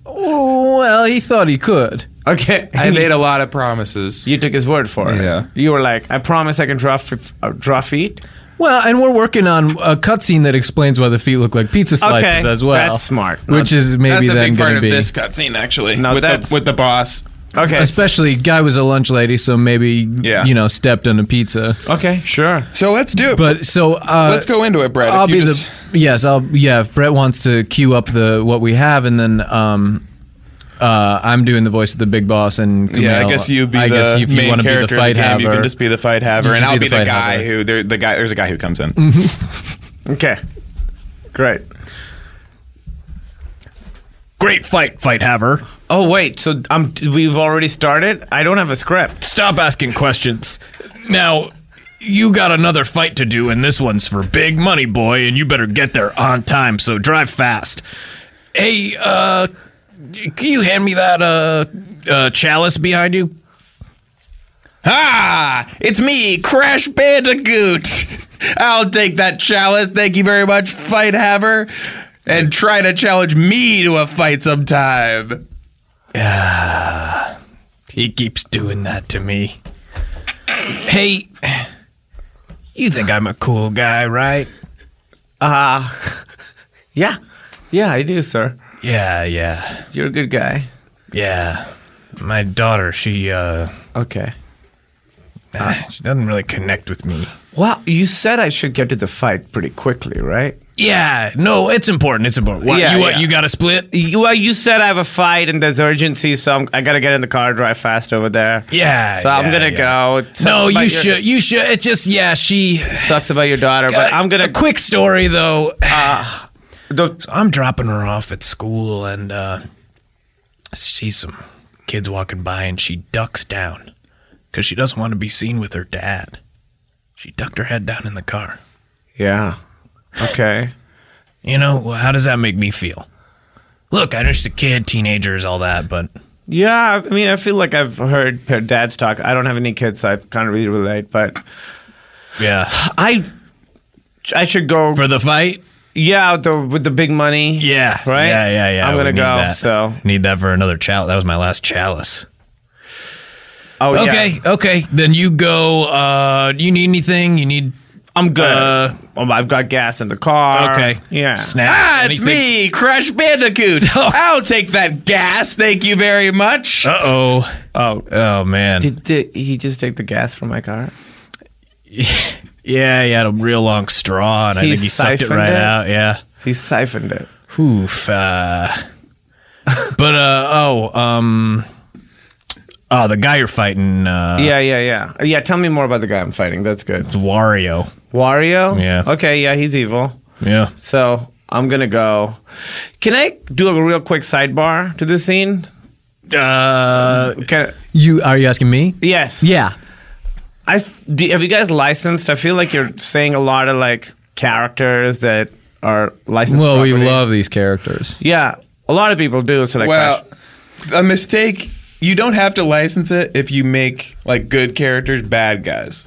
Speaker 3: Oh, well, he thought he could.
Speaker 4: Okay,
Speaker 2: I made a lot of promises.
Speaker 4: You took his word for it.
Speaker 2: Yeah.
Speaker 4: You were like, I promise I can draw f- uh, draw feet.
Speaker 3: Well, and we're working on a cutscene that explains why the feet look like pizza slices
Speaker 4: Okay,
Speaker 3: as well.
Speaker 4: that's smart.
Speaker 3: Which is maybe
Speaker 2: That's a
Speaker 3: then
Speaker 2: big part
Speaker 3: going to
Speaker 2: of
Speaker 3: be.
Speaker 2: this cutscene, actually.
Speaker 4: No,
Speaker 2: with
Speaker 4: that's-
Speaker 2: the, with the boss.
Speaker 4: Okay.
Speaker 3: Especially, guy was a lunch lady, so maybe
Speaker 2: Yeah.
Speaker 3: you know stepped on a pizza.
Speaker 4: okay, sure.
Speaker 2: So let's do it.
Speaker 3: But so uh,
Speaker 2: let's go into it, Brad.
Speaker 3: I'll be the yes. I'll yeah. If Brett wants to queue up the what we have, and then um, uh, I'm doing the voice of the big boss, and Kumail,
Speaker 2: yeah, I guess you be
Speaker 3: I
Speaker 2: the
Speaker 3: guess if you
Speaker 2: main
Speaker 3: wanna be the
Speaker 2: character of
Speaker 3: fight
Speaker 2: the game. You
Speaker 3: haver.
Speaker 2: can just be the fight haver,
Speaker 3: You
Speaker 2: and
Speaker 3: should
Speaker 2: I'll
Speaker 3: be
Speaker 2: be,
Speaker 3: the
Speaker 2: the,
Speaker 3: fight
Speaker 2: guy
Speaker 3: haver. Mm-hmm.
Speaker 2: who there, the guy. There's a guy who comes in.
Speaker 4: Okay. Great.
Speaker 2: Great fight, fight haver.
Speaker 4: Oh wait, so um, we've already started. I don't have a script.
Speaker 7: Stop asking questions. Now, you got another fight to do, and this one's for big money, boy, and you better get there on time, so drive fast. Hey, uh, can you hand me that, uh, uh chalice behind you?
Speaker 2: Ah, it's me, Crash Bandicoot. I'll take that chalice. Thank you very much, fight haver, and try to challenge me to a fight sometime.
Speaker 7: He keeps doing that to me. Hey, you think I'm a cool guy, right?
Speaker 4: Yeah. Yeah, I do, sir.
Speaker 7: Yeah, yeah,
Speaker 4: You're a good guy.
Speaker 7: yeah. My daughter, she, uh, eh,
Speaker 4: Okay.
Speaker 7: she doesn't really connect with me.
Speaker 4: Well, you said I should get to the fight pretty quickly, right?
Speaker 7: Yeah, no, it's important. It's important. What,
Speaker 4: Yeah,
Speaker 7: you, what,
Speaker 4: yeah.
Speaker 7: you got to split?
Speaker 4: You, well, you said I have a fight and there's urgency, so I'm, I gotta get in the car, drive fast over there.
Speaker 7: Yeah.
Speaker 4: So I'm
Speaker 7: yeah,
Speaker 4: gonna
Speaker 7: yeah.
Speaker 4: go. It sucks
Speaker 7: No,
Speaker 4: about
Speaker 7: you
Speaker 4: your-
Speaker 7: should. You should. It just yeah. She.
Speaker 4: Sucks about your daughter, but I'm gonna.
Speaker 7: A quick story though.
Speaker 4: the-
Speaker 7: So I'm dropping her off at school and uh, sees some kids walking by and she ducks down because she doesn't want to be seen with her dad. She ducked her head down in the car.
Speaker 4: yeah. Okay.
Speaker 7: You know, well, how does that make me feel? Look, I understand kid, teenagers, all that, but
Speaker 4: Yeah, I mean, I feel like I've heard pa- dads talk. I don't have any kids, so I can't really relate. But
Speaker 7: yeah.
Speaker 4: I, I should go.
Speaker 7: For the fight?
Speaker 4: yeah, with the, with the big money.
Speaker 7: Yeah.
Speaker 4: Right?
Speaker 7: Yeah, yeah, yeah.
Speaker 4: I'm
Speaker 7: We
Speaker 4: gonna
Speaker 7: need
Speaker 4: go,
Speaker 7: that.
Speaker 4: so-
Speaker 7: need that for another chalice. That was my last chalice.
Speaker 4: Oh, yeah.
Speaker 7: Okay, okay. Then you go. Uh, you need anything? You need?
Speaker 4: I'm good.
Speaker 7: Uh,
Speaker 4: Um, I've got gas in the car.
Speaker 7: Okay.
Speaker 4: Uh, Yeah.
Speaker 7: Snacks.
Speaker 2: Ah, it's
Speaker 7: anything?
Speaker 2: me, Crash Bandicoot.
Speaker 3: Oh.
Speaker 2: I'll take that gas. Thank you very much.
Speaker 7: Uh oh.
Speaker 4: Oh,
Speaker 7: Oh man.
Speaker 4: did, did he just take the gas from my car?
Speaker 7: yeah, he had a real long straw, and I
Speaker 4: He
Speaker 7: think he sucked it
Speaker 4: siphoned
Speaker 7: right
Speaker 4: it?
Speaker 7: out. Yeah.
Speaker 4: He siphoned it.
Speaker 7: Oof. Uh, but uh oh um. Oh, the guy you're fighting, uh,
Speaker 4: yeah, yeah, yeah. Yeah, tell me more about the guy I'm fighting. That's good.
Speaker 7: it's Wario.
Speaker 4: Wario?
Speaker 7: Yeah.
Speaker 4: Okay, yeah, he's evil.
Speaker 7: Yeah.
Speaker 4: So I'm going to go. Can I do a real quick sidebar to this scene?
Speaker 7: Uh,
Speaker 4: Can,
Speaker 3: You are you asking me?
Speaker 4: yes.
Speaker 3: Yeah.
Speaker 4: I f- do, have you guys licensed? I feel like you're saying a lot of like characters that are licensed.
Speaker 3: Well, we
Speaker 4: property.
Speaker 3: love these characters.
Speaker 4: Yeah, a lot of people do. So like,
Speaker 2: Well,
Speaker 4: gosh,
Speaker 2: a mistake. You don't have to license it if you make like good characters bad guys.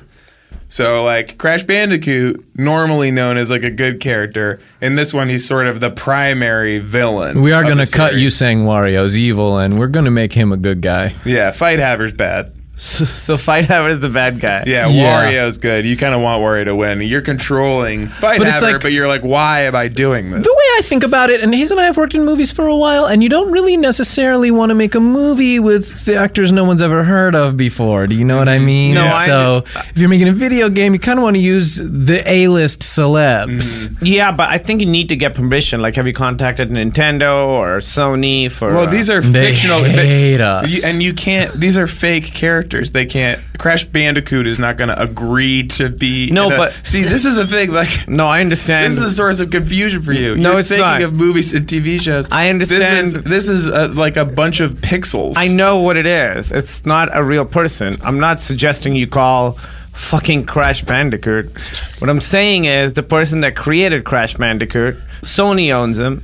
Speaker 2: So like Crash Bandicoot, normally known as like a good character, in this one he's sort of the primary villain.
Speaker 3: We are
Speaker 2: of
Speaker 3: going to
Speaker 2: the
Speaker 3: cut you
Speaker 2: series.
Speaker 3: saying Wario's evil, and we're going to make him a good guy.
Speaker 2: Yeah, Fight Haver's bad.
Speaker 4: so Fight Haver is the bad guy.
Speaker 2: Yeah,
Speaker 3: Yeah.
Speaker 2: Wario's good. You kind of want Wario to win. You're controlling Fight
Speaker 3: But it's
Speaker 2: Haver,
Speaker 3: like-
Speaker 2: but you're like, why am I doing this?
Speaker 3: The way I think about it, and Hayes and I have worked in movies for a while, and you don't really necessarily want to make a movie with the actors no one's ever heard of before. Do you know what I mean?
Speaker 4: No, I-
Speaker 3: so if you're making a video game, you kind of want to use the A-list celebs.
Speaker 4: yeah, but I think you need to get permission. Like, have you contacted Nintendo or Sony for?
Speaker 2: Well,
Speaker 4: uh,
Speaker 2: these are
Speaker 3: They
Speaker 2: fictional.
Speaker 3: hate
Speaker 2: you-
Speaker 3: us.
Speaker 2: and you can't. These are fake characters. They can't. Crash Bandicoot is not going to agree to be.
Speaker 4: No,
Speaker 2: in a-
Speaker 4: but-
Speaker 2: see, this is a thing. Like
Speaker 4: No, I understand.
Speaker 2: this is a source of confusion for you.
Speaker 4: No,
Speaker 2: You're
Speaker 4: it's
Speaker 2: thinking
Speaker 4: not.
Speaker 2: of movies and TV shows.
Speaker 4: I understand.
Speaker 2: This is, this is uh like a bunch of pixels.
Speaker 4: I know what it is. It's not a real person. I'm not suggesting you call fucking Crash Bandicoot. What I'm saying is the person that created Crash Bandicoot, Sony owns him.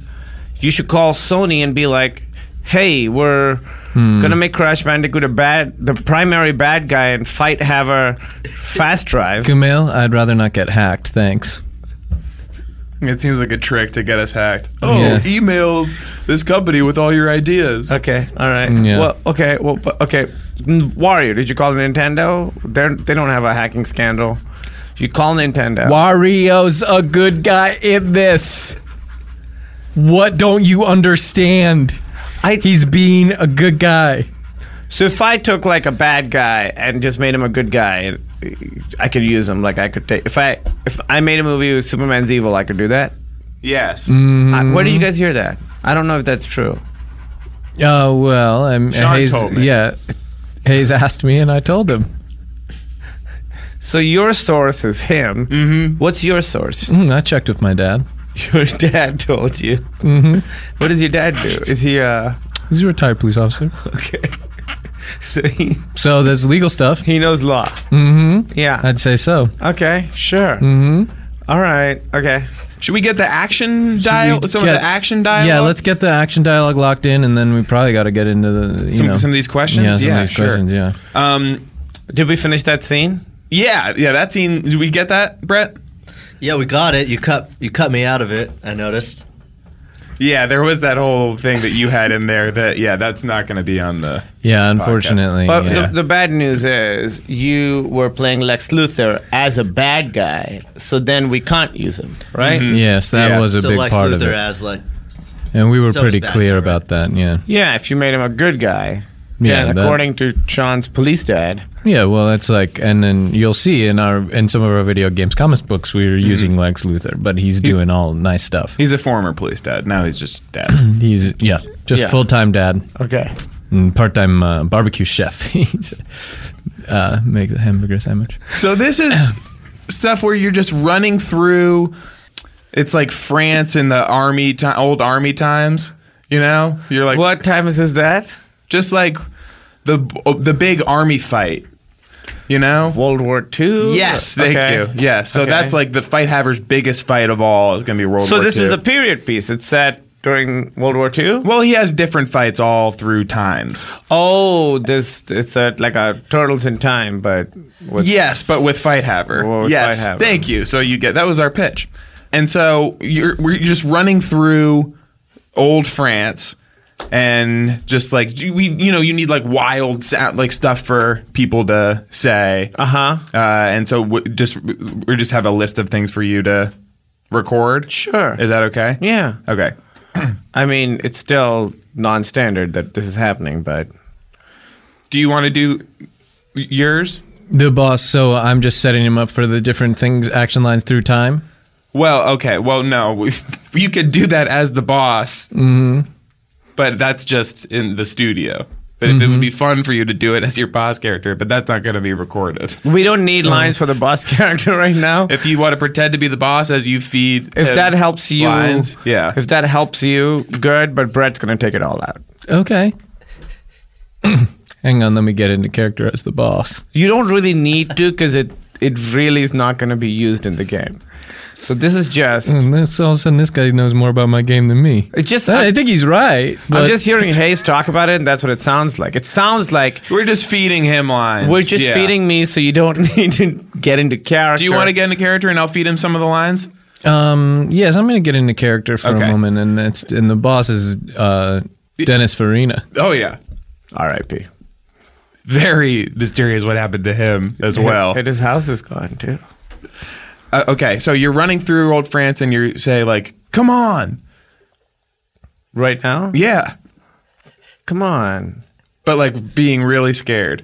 Speaker 4: You should call Sony and be like, "Hey, we're gonna make Crash Bandicoot a bad, the primary bad guy, and fight have a fast drive."
Speaker 3: Kumail, I'd rather not get hacked. Thanks.
Speaker 2: It seems like a trick to get us hacked. Oh,
Speaker 3: Yes.
Speaker 2: email this company with all your ideas.
Speaker 4: Okay. All right.
Speaker 3: Yeah.
Speaker 4: Well. Okay. Well. but- Okay. Mm, Wario, did you call Nintendo? They they don't have a hacking scandal. You call Nintendo.
Speaker 3: Wario's a good guy in this. What don't you understand?
Speaker 4: I-
Speaker 3: He's being a good guy.
Speaker 4: So if I took like a bad guy and just made him a good guy, I could use him. Like I could take if I if I made a movie with Superman's evil, I could do that.
Speaker 2: Yes.
Speaker 3: Mm.
Speaker 4: I- where did you guys hear that? I don't know if that's true.
Speaker 3: Oh well, I'm
Speaker 2: Sean
Speaker 3: Hayes.
Speaker 2: told me.
Speaker 3: Yeah, Hayes asked me, and I told him.
Speaker 4: So your source is him. Mm-hmm. What's your source?
Speaker 3: Mm, I checked with my dad.
Speaker 4: Your dad told you. Mm-hmm. What does your dad do? Is he uh
Speaker 3: He's a retired police officer,
Speaker 4: okay? So he
Speaker 3: so that's legal stuff.
Speaker 4: he knows law. Uh,
Speaker 3: Mm-hmm.
Speaker 4: Yeah.
Speaker 3: I'd say so.
Speaker 4: Okay, sure.
Speaker 3: Mm-hmm.
Speaker 4: All right. Okay.
Speaker 2: Should we get the action
Speaker 3: we
Speaker 2: dial? Some of
Speaker 3: get-
Speaker 2: the action dialogue.
Speaker 3: Yeah, let's get the action dialogue locked in, and then we probably got to get into the you
Speaker 2: Some,
Speaker 3: know
Speaker 2: some of these questions.
Speaker 3: yeah, some of these
Speaker 2: sure.
Speaker 3: questions. Yeah.
Speaker 2: Um,
Speaker 4: Did we finish that scene?
Speaker 2: yeah, yeah. That scene. Did we get that, Brett?
Speaker 5: Yeah, we got it. You cut you cut me out of it. I noticed.
Speaker 2: Yeah, there was that whole thing that you had in there. That yeah, that's not going to be on the.
Speaker 3: Yeah, unfortunately.
Speaker 4: But
Speaker 3: yeah.
Speaker 4: the, the bad news is you were playing Lex Luthor as a bad guy, so then we can't use him, right?
Speaker 2: Mm-hmm.
Speaker 3: Mm-hmm. yes, that
Speaker 2: Yeah.
Speaker 3: was a
Speaker 5: so
Speaker 3: big
Speaker 5: Lex
Speaker 3: part
Speaker 5: Luthor
Speaker 3: of it.
Speaker 5: as like
Speaker 3: and we were
Speaker 5: so
Speaker 3: pretty
Speaker 5: it's bad,
Speaker 3: clear
Speaker 5: right?
Speaker 3: about that. Yeah.
Speaker 4: Yeah, if you made him a good guy.
Speaker 3: Yeah,
Speaker 4: then
Speaker 3: that-
Speaker 4: according to Sean's police dad.
Speaker 3: Yeah, well, it's like, and then you'll see in our in some of our video games, comic books, we were using Lex Luthor, but he's doing all nice stuff.
Speaker 2: He's a former police dad. Now he's just dad.
Speaker 3: He's yeah, just
Speaker 4: Yeah.
Speaker 3: full time dad
Speaker 4: Okay.
Speaker 3: and part time uh, barbecue chef. he's uh, make the hamburger sandwich.
Speaker 2: so this is stuff where you're just running through. It's like France in the army time, old army times. You know, you're like
Speaker 4: What time is this that?
Speaker 2: just like the the big army fight. You know,
Speaker 4: World War II?
Speaker 2: Yes, thank
Speaker 4: Okay.
Speaker 2: you. Yes, so
Speaker 4: Okay.
Speaker 2: that's like the fight haver's biggest fight of all is going to be World
Speaker 4: So
Speaker 2: War
Speaker 4: this
Speaker 2: II.
Speaker 4: is a period piece. It's set during World War II?
Speaker 2: well, he has different fights all through times.
Speaker 4: Oh, this it's a, like a Turtles in Time, but with
Speaker 2: Yes, but with fight haver.
Speaker 4: Well, with
Speaker 2: yes,
Speaker 4: fight haver.
Speaker 2: thank you. So you get that was our pitch, and so you're we're just running through old France. And just like you- we, you know, you need like wild sound, like stuff for people to say.
Speaker 4: Uh-huh.
Speaker 2: Uh, and so w- just we just have a list of things for you to record.
Speaker 4: Sure.
Speaker 2: Is that okay?
Speaker 4: Yeah.
Speaker 2: Okay.
Speaker 4: I mean, it's still non-standard that this is happening, but
Speaker 2: Do you want to do yours?
Speaker 3: The boss. So I'm just setting him up for the different things, action lines through time.
Speaker 2: Well, okay. Well, no, you could do that as the boss,
Speaker 4: Mm-hmm.
Speaker 2: but that's just in the studio. But if it would be
Speaker 4: Mm-hmm.
Speaker 2: fun for you to do it as your boss character, but that's not going to be recorded.
Speaker 4: we don't need lines for the boss character right now.
Speaker 2: If you want to pretend to be the boss as you feed,
Speaker 4: If
Speaker 2: him
Speaker 4: that helps you,
Speaker 2: lines, yeah.
Speaker 4: If that helps you, good. But Brett's gonna take it all out.
Speaker 3: Okay. Hang on, let me get into character as the boss.
Speaker 4: You don't really need to because it it really is not gonna be used in the game. So this is just.
Speaker 2: Mm.
Speaker 3: And this, all of a sudden, this guy knows more about my game than me.
Speaker 4: It just-
Speaker 3: I, I think he's right.
Speaker 4: I'm
Speaker 3: but-
Speaker 4: just hearing Hayes talk about it, and that's what it sounds like. It sounds like
Speaker 2: we're just feeding him lines.
Speaker 4: we're just
Speaker 2: Yeah.
Speaker 4: feeding me, so you don't need to get into character.
Speaker 2: Do you want to get into character and I'll feed him some of the lines?
Speaker 3: Um. Yes, I'm going to get into character for
Speaker 2: Okay.
Speaker 3: a moment, and it's and the boss is uh, Dennis Farina.
Speaker 2: Oh yeah,
Speaker 4: R.I.P.
Speaker 2: very mysterious what happened to him as well.
Speaker 4: and his house is gone too.
Speaker 2: Uh, okay, so you're running through old France and you say like, "Come on,
Speaker 4: Right now,
Speaker 2: yeah,"
Speaker 4: come on,
Speaker 2: but like being really scared.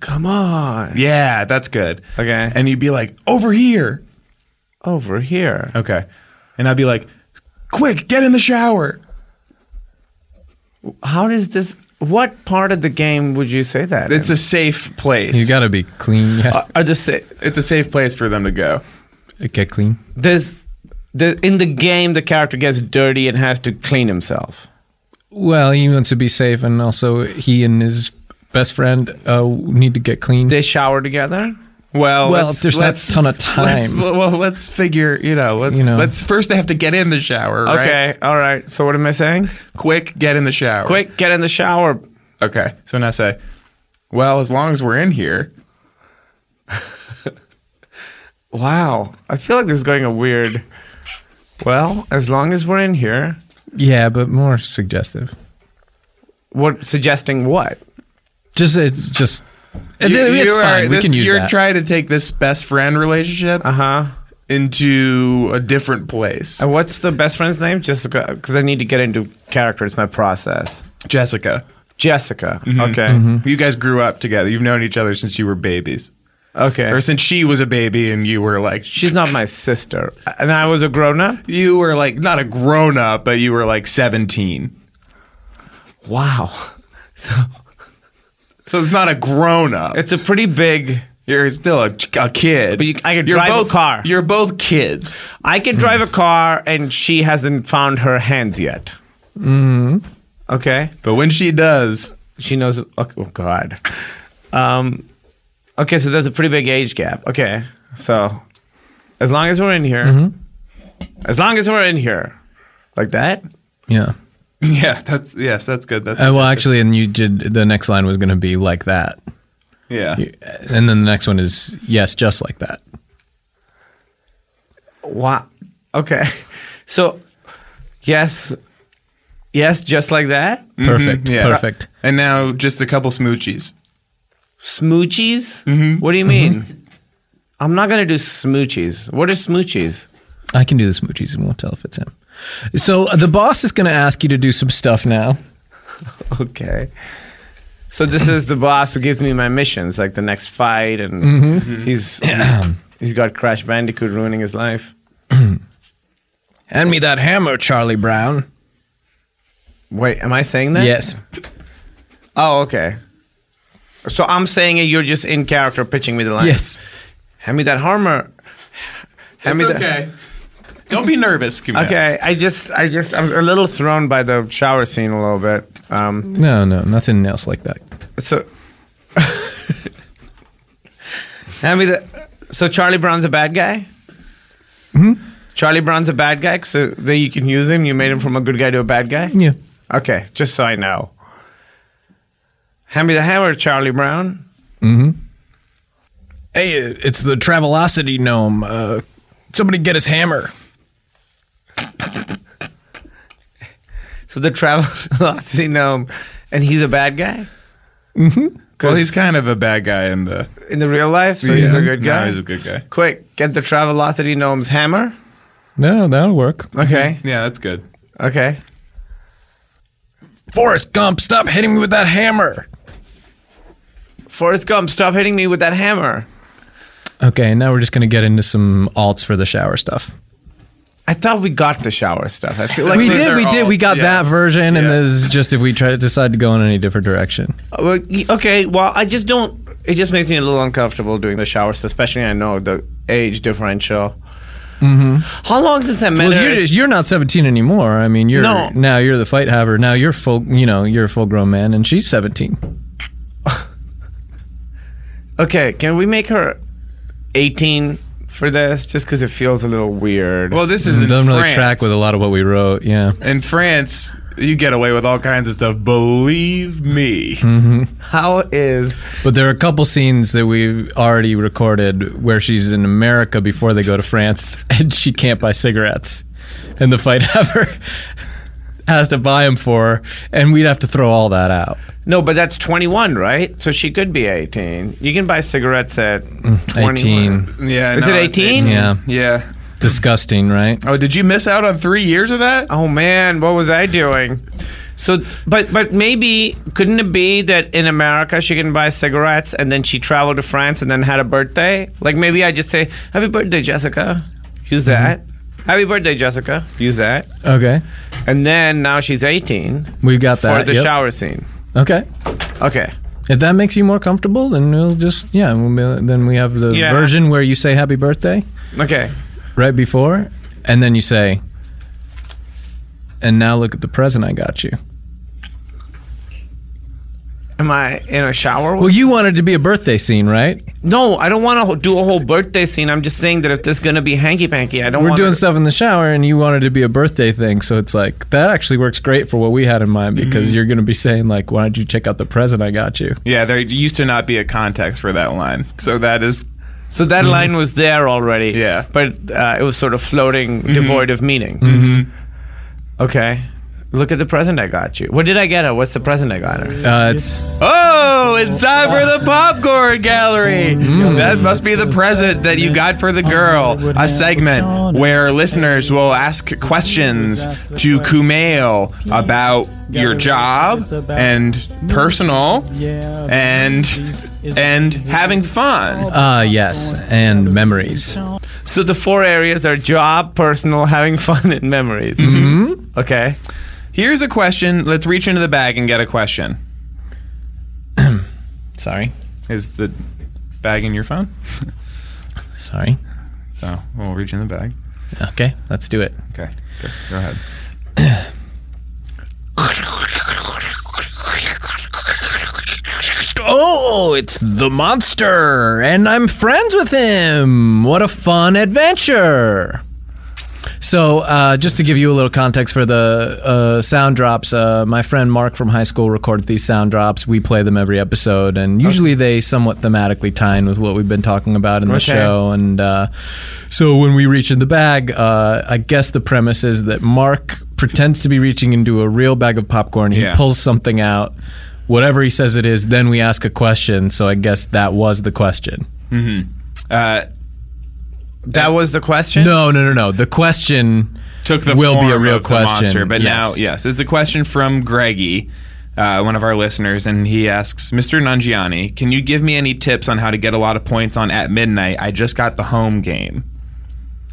Speaker 4: come on,
Speaker 2: Yeah, that's good.
Speaker 4: Okay.
Speaker 2: and you'd be like, "Over here."
Speaker 4: over here.
Speaker 2: Okay, and I'd be like, "Quick, get in the shower."
Speaker 4: How does this? What part of the game would you say that?
Speaker 2: It's
Speaker 4: in?
Speaker 2: a safe place.
Speaker 3: You got to be clean. Yeah,
Speaker 4: are the sa-
Speaker 2: it's a safe place for them to go.
Speaker 3: get clean.
Speaker 4: there's the in the game the character gets dirty and has to clean himself.
Speaker 3: Well, he wants to be safe, and also he and his best friend uh, need to get clean.
Speaker 4: They shower together.
Speaker 2: Well,
Speaker 3: Well,
Speaker 2: let's-
Speaker 3: there's not a
Speaker 2: let's-
Speaker 3: ton of
Speaker 2: let's-
Speaker 3: time.
Speaker 2: well, let's figure. You know, let's
Speaker 3: You know.
Speaker 2: let's first they have to get in the shower. right?
Speaker 4: Okay, all right. So what am I saying?
Speaker 2: quick, get in the shower.
Speaker 4: Quick, get in the shower.
Speaker 2: Okay. So now say, well, as long as we're in here,
Speaker 4: Wow, I feel like this is going a weird. Well, as long as we're in here,
Speaker 3: Yeah, but more suggestive.
Speaker 4: what suggesting what?
Speaker 3: Just it's just. Uh, it's fine. we
Speaker 2: this-
Speaker 3: can use
Speaker 2: You're
Speaker 3: that. Uh-huh.
Speaker 2: trying to take this best friend relationship
Speaker 4: Uh huh.
Speaker 2: into a different place.
Speaker 4: And what's the best friend's name? Jessica, because I need to get into character. It's my process.
Speaker 2: Jessica,
Speaker 4: Jessica.
Speaker 2: Mm-hmm.
Speaker 4: Okay.
Speaker 2: you guys grew up together. You've known each other since you were babies,
Speaker 4: Okay.
Speaker 2: or since she was a baby and you were like
Speaker 4: She's not my sister, and I was a grown up.
Speaker 2: you were like not a grown up, but you were like 17.
Speaker 4: Wow,
Speaker 2: So it's not a grown up.
Speaker 4: it's a pretty big.
Speaker 2: You're still a, a kid.
Speaker 4: But you- I could
Speaker 2: You're
Speaker 4: drive a
Speaker 2: both-
Speaker 4: car.
Speaker 2: You're both kids.
Speaker 4: I can drive a car, and she hasn't found her hands yet. Mm. Okay.
Speaker 2: But when she does,
Speaker 4: She knows. Oh, oh God. Um, okay, so there's a pretty big age gap. Okay, so as long as we're in here, as long as we're in here, like that.
Speaker 3: yeah.
Speaker 2: yeah, that's yes, that's good. That's
Speaker 3: Uh, well, actually, and you did. The next line was going to be like that,
Speaker 2: yeah.
Speaker 3: and then the next one is yes, just like that.
Speaker 4: Wow. Okay. So, yes, yes, just like that.
Speaker 3: Perfect.
Speaker 2: Mhm, yeah.
Speaker 3: Perfect.
Speaker 2: And now just a couple smoochies.
Speaker 4: Smoochies. What do you mean? I'm not gonna do smoochies. What are smoochies?
Speaker 3: I can do the smoochies, and we'll tell if it's him. So uh, the boss is going to ask you to do some stuff now.
Speaker 4: Okay. So this is the boss who gives me my missions, like the next fight, and he's he's got Crash Bandicoot ruining his life.
Speaker 3: Hand me that hammer, Charlie Brown.
Speaker 4: Wait, am I saying that?
Speaker 3: Yes.
Speaker 4: Oh, okay. So I'm saying it. You're just in character pitching me the line.
Speaker 3: Yes.
Speaker 4: Hand me that hammer. Hand
Speaker 2: It's
Speaker 4: me that-
Speaker 2: okay. Don't be nervous, Kumail.
Speaker 4: Okay, I just, I just, I'm a little thrown by the shower scene a little bit. Um,
Speaker 3: No, no, nothing else like that.
Speaker 4: so, I mean, the, so Charlie Brown's a bad guy. Hmm. Charlie Brown's a bad guy, so that you can use him. You made him from a good guy to a bad guy.
Speaker 3: Yeah.
Speaker 4: Okay, just so I know. Hand me the hammer, Charlie Brown.
Speaker 3: Hey, it's the Travelocity gnome. Uh, somebody get his hammer.
Speaker 4: So the travel velocity gnome, and he's a bad guy
Speaker 2: Well, he's kind of a bad guy in the.
Speaker 4: in the real life. So he's
Speaker 2: Yeah.
Speaker 4: a good
Speaker 2: No,
Speaker 4: guy.
Speaker 2: he's a good guy.
Speaker 4: Quick, get the Travelocity Gnome's hammer.
Speaker 3: No, that'll work.
Speaker 4: Okay.
Speaker 2: Yeah, that's good.
Speaker 4: Okay.
Speaker 3: Forrest Gump, stop hitting me with that hammer.
Speaker 4: Forrest Gump, stop hitting me with that hammer.
Speaker 3: Okay, now we're just going to get into some alts for the shower stuff.
Speaker 4: I thought we got the shower stuff. I feel like
Speaker 3: we
Speaker 2: these
Speaker 3: did,
Speaker 2: are
Speaker 3: we did. We
Speaker 2: alts,
Speaker 3: got
Speaker 2: yeah.
Speaker 3: that version, and
Speaker 2: Yeah.
Speaker 3: this is just if we try decide to go in any different direction.
Speaker 4: Well, y- Okay, well, I just don't. It just makes me a little uncomfortable doing the showers, especially I know the age differential. Mm-hmm. How long since I met
Speaker 3: Well,
Speaker 4: her?
Speaker 3: you're, just- you're not 17 anymore. I mean, you're
Speaker 4: No.
Speaker 3: now you're the fight haver. Now you're full, you know, you're a full grown man, and she's 17.
Speaker 4: okay, can we make her 18 for this? Just because it feels a little weird.
Speaker 2: Well, this is in
Speaker 3: It doesn't really
Speaker 2: France.
Speaker 3: track with a lot of what we wrote. Yeah.
Speaker 2: In France, you get away with all kinds of stuff. Believe me.
Speaker 4: how is.
Speaker 3: But there are a couple scenes that we've already recorded where she's in America before they go to France and she can't buy cigarettes. And the fight ever has to buy them for her. And we'd have to throw all that out.
Speaker 4: No, but that's 21, right? So she could be 18. You can buy cigarettes at 21.
Speaker 3: 18.
Speaker 2: Yeah.
Speaker 4: Is
Speaker 2: no,
Speaker 4: it
Speaker 2: it's-
Speaker 4: 18?
Speaker 3: Yeah.
Speaker 2: Yeah.
Speaker 3: Disgusting, right?
Speaker 2: Oh, did you miss out on three years of that?
Speaker 4: Oh man, what was I doing? So, but but maybe couldn't it be that in America she can buy cigarettes and then she traveled to France and then had a birthday? Like maybe I just say Happy birthday, Jessica. Use that. Happy birthday, Jessica. Use that.
Speaker 3: Okay.
Speaker 4: And then now she's 18
Speaker 3: We've got
Speaker 4: for
Speaker 3: that.
Speaker 4: the
Speaker 3: yep.
Speaker 4: shower scene.
Speaker 3: Okay.
Speaker 4: Okay.
Speaker 3: If that makes you more comfortable, then we'll just, yeah, we'll, be- then we have the
Speaker 4: Yeah.
Speaker 3: version where you say happy birthday
Speaker 4: Okay.
Speaker 3: right before, and then you say, and now look at the present I got you.
Speaker 4: Am I in a shower? With
Speaker 3: Well, you wanted to be a birthday scene, right?
Speaker 4: No, I don't want to do a whole birthday scene. I'm just saying that if there's gonna be hanky panky, I don't.
Speaker 3: We're
Speaker 4: want
Speaker 3: doing stuff in the shower, and you wanted to be a birthday thing, so it's like that actually works great for what we had in mind because you're going to be saying like, "Why don't you check out the present I got you?"
Speaker 2: Yeah, there used to not be a context for that line, so that is
Speaker 4: So that line was there already.
Speaker 2: Yeah.
Speaker 4: but uh, it was sort of floating, devoid of meaning. Okay. Look at the present I got you. What did I get her? What's the present I got her?
Speaker 3: Uh, it's
Speaker 2: Oh, it's time for the popcorn gallery. That must be the present that you got for the girl. A segment where listeners will ask questions to Kumail about your job and personal and and having fun.
Speaker 3: uh, yes, and memories.
Speaker 4: So the four areas are job, personal, having fun, and memories. Okay.
Speaker 2: Here's a question. Let's reach into the bag and get a question.
Speaker 8: Sorry.
Speaker 2: Is the bag in your phone?
Speaker 3: Sorry.
Speaker 2: So we'll reach in the bag.
Speaker 3: Okay, let's do it.
Speaker 2: Okay. Go, go ahead.
Speaker 3: Oh, it's the monster, and I'm friends with him. What a fun adventure! So, uh, just to give you a little context for the uh, sound drops, uh, my friend Mark from high school records these sound drops. We play them every episode, and usually they somewhat thematically tie in with what we've been talking about in the show. And uh, so, when we reach in the bag, uh, I guess the premise is that Mark pretends to be reaching into a real bag of popcorn. He
Speaker 2: Yeah.
Speaker 3: pulls something out, whatever he says it is. Then we ask a question. So, I guess that was the question.
Speaker 2: Uh,
Speaker 4: That was the question?
Speaker 3: No, no, no, no. The question.
Speaker 2: took the
Speaker 3: will
Speaker 2: form
Speaker 3: be a real
Speaker 2: of the
Speaker 3: question.
Speaker 2: monster, but now,
Speaker 3: Yes.
Speaker 2: yes, it's a question from Greggy, uh, one of our listeners, and he asks, Mr. Nangiani, can you give me any tips on how to get a lot of points on at midnight? I just got the home game.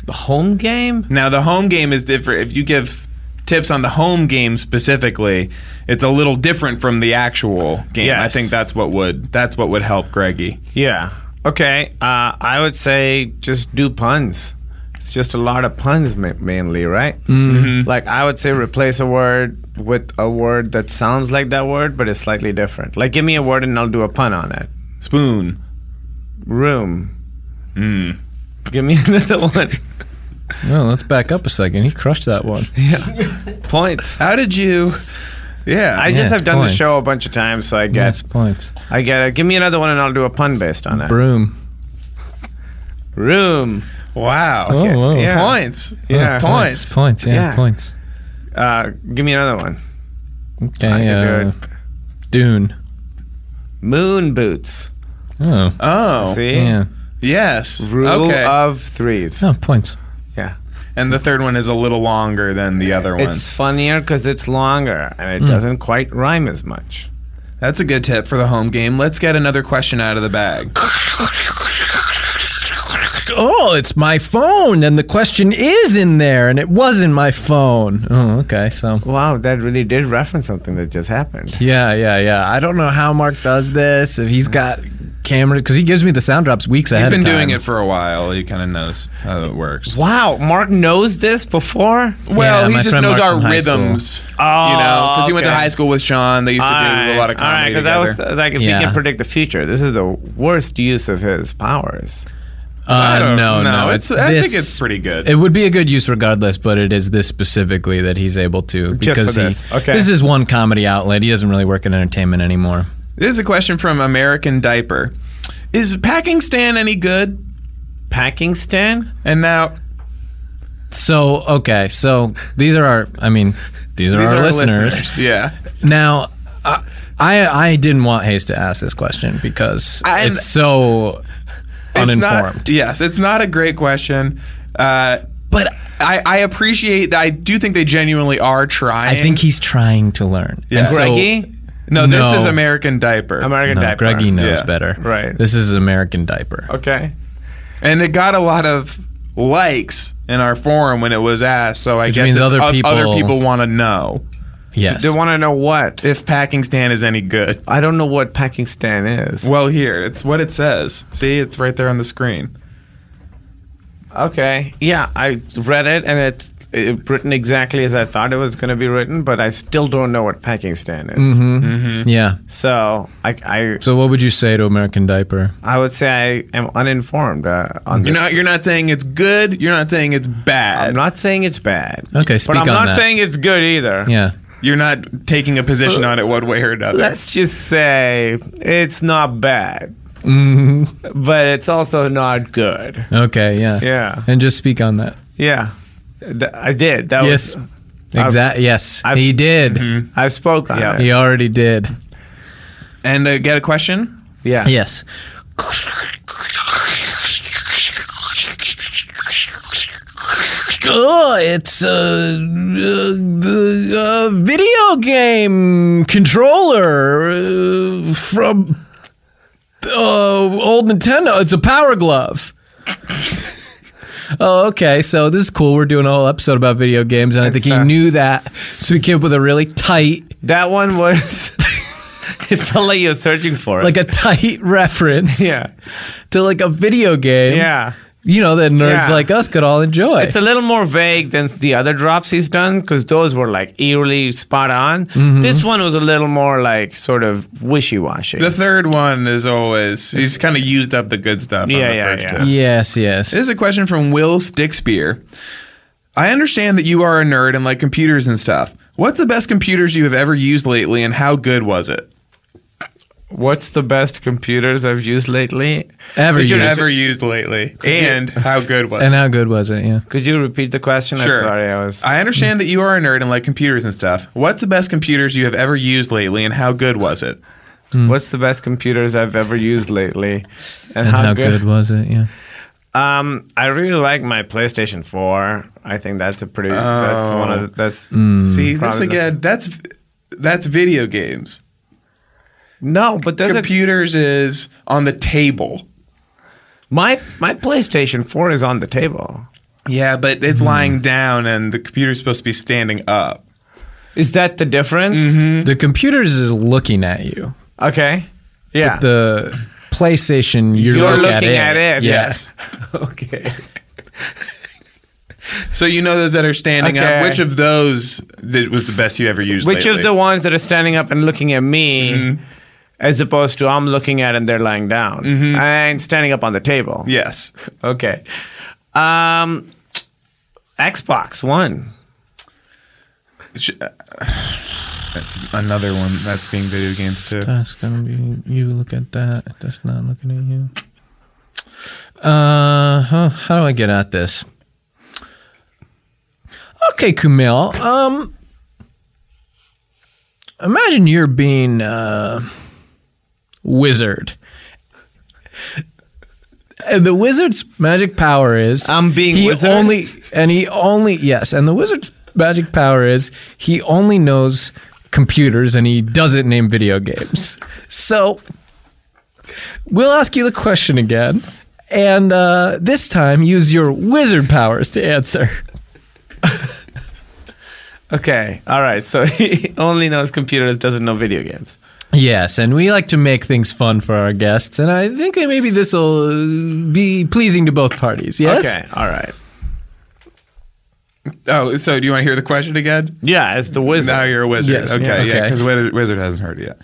Speaker 4: The home game?
Speaker 2: Now, the home game is different. If you give tips on the home game specifically, it's a little different from the actual game. I
Speaker 4: Yes.
Speaker 2: think that's what would that's what would help Greggy.
Speaker 4: Yeah. Okay. Uh, I would say just do puns. It's just a lot of puns ma- mainly, right? Mm-hmm. Like I would say replace a word with a word that sounds like that word but is slightly different. Like give me a word and I'll do a pun on it.
Speaker 2: Spoon.
Speaker 4: Room. Mm. Give me another one.
Speaker 3: No, let's back up a second. He crushed that one.
Speaker 4: Points.
Speaker 2: How did you? Yeah.
Speaker 4: I
Speaker 3: it's
Speaker 4: just have done
Speaker 3: points.
Speaker 4: the show a bunch of times, so I get
Speaker 3: Yes, points.
Speaker 4: I get it. Give me another one and I'll do a pun based on it.
Speaker 3: Broom.
Speaker 4: Room.
Speaker 2: wow.
Speaker 3: Oh, whoa.
Speaker 4: yeah.
Speaker 2: Points.
Speaker 4: Yeah.
Speaker 2: Points.
Speaker 3: Points. Points. Yeah.
Speaker 4: Yeah.
Speaker 3: Points.
Speaker 4: Uh, give me another one.
Speaker 3: Okay.
Speaker 4: I can
Speaker 3: uh,
Speaker 4: do it.
Speaker 3: Dune.
Speaker 4: Moon boots.
Speaker 3: Oh.
Speaker 2: Oh.
Speaker 4: See?
Speaker 3: Yeah.
Speaker 2: Yes.
Speaker 4: Rule
Speaker 2: okay.
Speaker 4: of threes.
Speaker 3: No points.
Speaker 4: Yeah.
Speaker 2: And the third one is a little longer than the other one.
Speaker 4: It's funnier because it's longer and
Speaker 2: Hmm.
Speaker 4: it doesn't quite rhyme as much.
Speaker 2: That's a good tip for the home game. Let's get another question out of the bag.
Speaker 3: Oh, it's my phone, and the question is in there, and it was in my phone. Oh, okay. So.
Speaker 4: Wow, that really did reference something that just happened.
Speaker 3: Yeah, yeah, yeah. I don't know how Mark does this. If he's got cameras, because he gives me the sound drops weeks
Speaker 2: He's
Speaker 3: ahead.
Speaker 2: been
Speaker 3: of time.
Speaker 2: doing it for a while. He kind of knows how it works.
Speaker 4: Wow, Mark knows this before?
Speaker 2: Well,
Speaker 3: my
Speaker 2: he just
Speaker 3: friend
Speaker 2: knows
Speaker 3: Mark
Speaker 2: our
Speaker 3: from high school.
Speaker 2: rhythms.
Speaker 4: Oh,
Speaker 2: you know, because he went to
Speaker 4: okay.
Speaker 2: high school with Sean. They used to do a lot of comedy
Speaker 4: because
Speaker 2: together.
Speaker 4: that was like if
Speaker 3: Yeah.
Speaker 4: he can predict the future, this is the worst use of his powers.
Speaker 2: I
Speaker 3: Uh,
Speaker 2: don't
Speaker 3: no, no.
Speaker 2: It's, I
Speaker 3: this-
Speaker 2: think it's pretty good.
Speaker 3: It would be a good use regardless, but it is this specifically that he's able to
Speaker 4: Just
Speaker 3: because
Speaker 4: for
Speaker 3: he-
Speaker 4: this. Okay.
Speaker 3: this is one comedy outlet. He doesn't really work in entertainment anymore.
Speaker 2: this is a question from American Diaper. Is packing Stan any good?
Speaker 4: Packing stand?
Speaker 2: And now
Speaker 3: So okay, so these are our. I mean, these are
Speaker 2: these
Speaker 3: our
Speaker 2: are our
Speaker 3: listeners.
Speaker 2: Yeah.
Speaker 3: Now, I, I I didn't want Hayes to ask this question because
Speaker 2: And-
Speaker 3: it's so uninformed.
Speaker 2: It's not, yes, it's not a great question, uh, but I, I appreciate that. I do think they genuinely are trying.
Speaker 3: I think he's trying to learn.
Speaker 2: Yeah.
Speaker 3: And so-
Speaker 4: Greggy?
Speaker 2: no, this
Speaker 3: No.
Speaker 2: is American Diaper,
Speaker 4: American
Speaker 3: No,
Speaker 4: diaper.
Speaker 3: Greggy knows
Speaker 2: Yeah. Oh,
Speaker 3: better.
Speaker 4: Right.
Speaker 3: This is American diaper.
Speaker 4: Okay.
Speaker 2: and it got a lot of likes in our forum when it was asked. So I guess
Speaker 3: means
Speaker 2: it's
Speaker 3: other
Speaker 2: o-
Speaker 3: people-
Speaker 2: other people want to know
Speaker 3: Yes.
Speaker 4: They want to know what?
Speaker 2: if packing stand is any good.
Speaker 4: I don't know what packing stand is.
Speaker 2: Well, here it's what it says. See, it's right there on the screen.
Speaker 4: Okay. Yeah, I read it and it uh, written exactly as I thought it was going to be written, but I still don't know what packing stand is.
Speaker 3: Mm-hmm.
Speaker 2: Mm-hmm.
Speaker 3: Yeah.
Speaker 4: So I, I,
Speaker 3: So what would you say to American Diaper?
Speaker 4: I would say I am uninformed uh, on
Speaker 2: You're
Speaker 4: this.
Speaker 2: not. You're not saying it's good. You're not saying it's bad.
Speaker 4: I'm not saying it's bad.
Speaker 3: Okay, speak
Speaker 4: but I'm
Speaker 3: on
Speaker 4: not
Speaker 3: that.
Speaker 4: saying it's good either.
Speaker 3: Yeah.
Speaker 2: you're not taking a position on it one way or another.
Speaker 4: Let's just say it's not bad, but it's also not good.
Speaker 3: Okay. Yeah.
Speaker 4: Yeah.
Speaker 3: And just speak on that.
Speaker 4: Yeah, Th- I did. That
Speaker 3: Yes.
Speaker 4: was
Speaker 3: Exactly. Yes.
Speaker 4: I've- Mm-hmm.
Speaker 3: he did.
Speaker 4: I spoke on
Speaker 2: Yeah.
Speaker 4: it.
Speaker 3: He already did.
Speaker 2: and uh, get a question.
Speaker 4: Yeah.
Speaker 3: Yes. Oh, it's a, uh, uh, video game controller uh, from uh, old Nintendo. It's a Power Glove. oh, okay. So this is cool. We're doing a whole episode about video games, and I think he
Speaker 4: uh,
Speaker 3: knew that, so he came up with a really tight,
Speaker 4: That one was. it felt like you were searching for it.
Speaker 3: like a tight reference.
Speaker 4: yeah,
Speaker 3: to like a video game.
Speaker 4: yeah.
Speaker 3: You know, that nerds
Speaker 4: Yeah.
Speaker 3: like us could all enjoy.
Speaker 4: It's a little more vague than the other drops he's done because those were like eerily spot on.
Speaker 2: Mm-hmm.
Speaker 4: This one was a little more like sort of wishy washy.
Speaker 2: The third one is always he's kind of used up the good stuff. on
Speaker 4: Yeah,
Speaker 2: the
Speaker 4: yeah,
Speaker 2: first
Speaker 4: yeah.
Speaker 2: two.
Speaker 3: yes, yes.
Speaker 2: This is a question from Will Stickspear. I understand that you are a nerd and like computers and stuff. What's the best computers you have ever used lately, and how good was it?
Speaker 4: What's the best computers I've used lately?
Speaker 3: Ever
Speaker 2: Did you
Speaker 3: used.
Speaker 2: ever used lately, and how good was
Speaker 3: and
Speaker 2: it?
Speaker 3: how good was it? Yeah.
Speaker 4: Could you repeat the question?
Speaker 2: Sure. Uh,
Speaker 4: I'm sorry, I was.
Speaker 2: I understand that you are a nerd and like computers and stuff. What's the best computers you have ever used lately, and how good was it? mm.
Speaker 4: What's the best computers I've ever used lately,
Speaker 3: And
Speaker 4: and,
Speaker 3: how, good. was it? Yeah.
Speaker 4: Um, I really like my PlayStation 4. I think that's a pretty. That's one of the, that's.
Speaker 2: See, Oh. Mm. this
Speaker 4: Hmm, Probably the-
Speaker 2: again, that's that's video games.
Speaker 4: No, but there's a,
Speaker 2: computers is on the table.
Speaker 4: my my PlayStation 4 is on the table.
Speaker 2: Yeah, but
Speaker 4: Hmm.
Speaker 2: it's lying down, and the computer's supposed to be standing up.
Speaker 4: Is that the difference?
Speaker 2: Mm-hmm.
Speaker 3: The computers is looking at you.
Speaker 4: Okay. Yeah.
Speaker 3: The PlayStation, you're,
Speaker 4: You're
Speaker 3: look
Speaker 4: looking at it,
Speaker 3: Yeah.
Speaker 4: yes. okay.
Speaker 2: So you know those that are standing
Speaker 4: Okay.
Speaker 2: up. Which of those that was the best you ever used?
Speaker 4: Which of
Speaker 2: lately?
Speaker 4: the ones that are standing up and looking at me,
Speaker 2: Mm-hmm.
Speaker 4: as opposed to I'm looking at and they're lying down
Speaker 2: Mm-hmm.
Speaker 4: and standing up on the table?
Speaker 2: Yes.
Speaker 4: Okay. Um, Xbox One.
Speaker 2: Sh- uh, That's another one that's being video games too.
Speaker 3: That's gonna be you. Look at that. That's not looking at you. Uh, huh, how do I get at this? Okay, Kumail. Um, imagine you're being uh, wizard, and the wizard's magic power is
Speaker 4: I'm being
Speaker 3: he
Speaker 4: wizard?
Speaker 3: only and he only yes, and the wizard's magic power is he only knows computers and he doesn't name video games. So we'll ask you the question again, and uh, this time use your wizard powers to answer.
Speaker 4: Okay. All right. So he only knows computers, doesn't know video games.
Speaker 3: Yes, and we like to make things fun for our guests, and I think that maybe this will be pleasing to both parties. Yes.
Speaker 4: Okay. All right.
Speaker 2: Oh, so do you want to hear the question again?
Speaker 4: Yeah, as the wizard.
Speaker 2: Now you're a wizard.
Speaker 3: Yes. Yeah.
Speaker 2: Okay, yeah,
Speaker 3: Okay.
Speaker 2: because wizard, wizard hasn't heard it yet.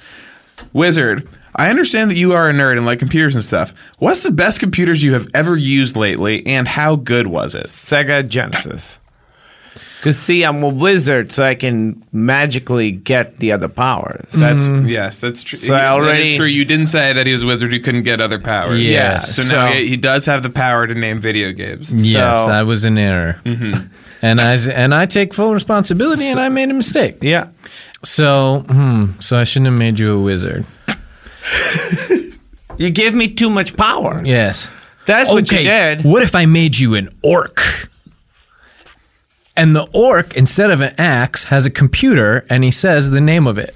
Speaker 2: Wizard, I understand that you are a nerd and like computers and stuff. What's the best computers you have ever used lately, and how good was it?
Speaker 4: Sega Genesis. Cause see, I'm a wizard, so I can magically get the other powers.
Speaker 2: That's
Speaker 4: Hmm.
Speaker 2: yes, that's true.
Speaker 4: So I already-
Speaker 2: true. You didn't say that he was a wizard who couldn't get other powers.
Speaker 3: Yes.
Speaker 2: Yeah, So, now
Speaker 4: So-
Speaker 2: he, he does have the power to name video games.
Speaker 3: Yes,
Speaker 4: So- Mm-hmm.
Speaker 3: I was in error, and I and I take full responsibility, and I made a mistake.
Speaker 4: Yeah.
Speaker 3: So, hmm, so I shouldn't have made you a wizard.
Speaker 4: You gave me too much power.
Speaker 3: Yes.
Speaker 4: That's what you did.
Speaker 3: What if I made you an orc? And the orc, instead of an axe, has a computer, and he says the name of it.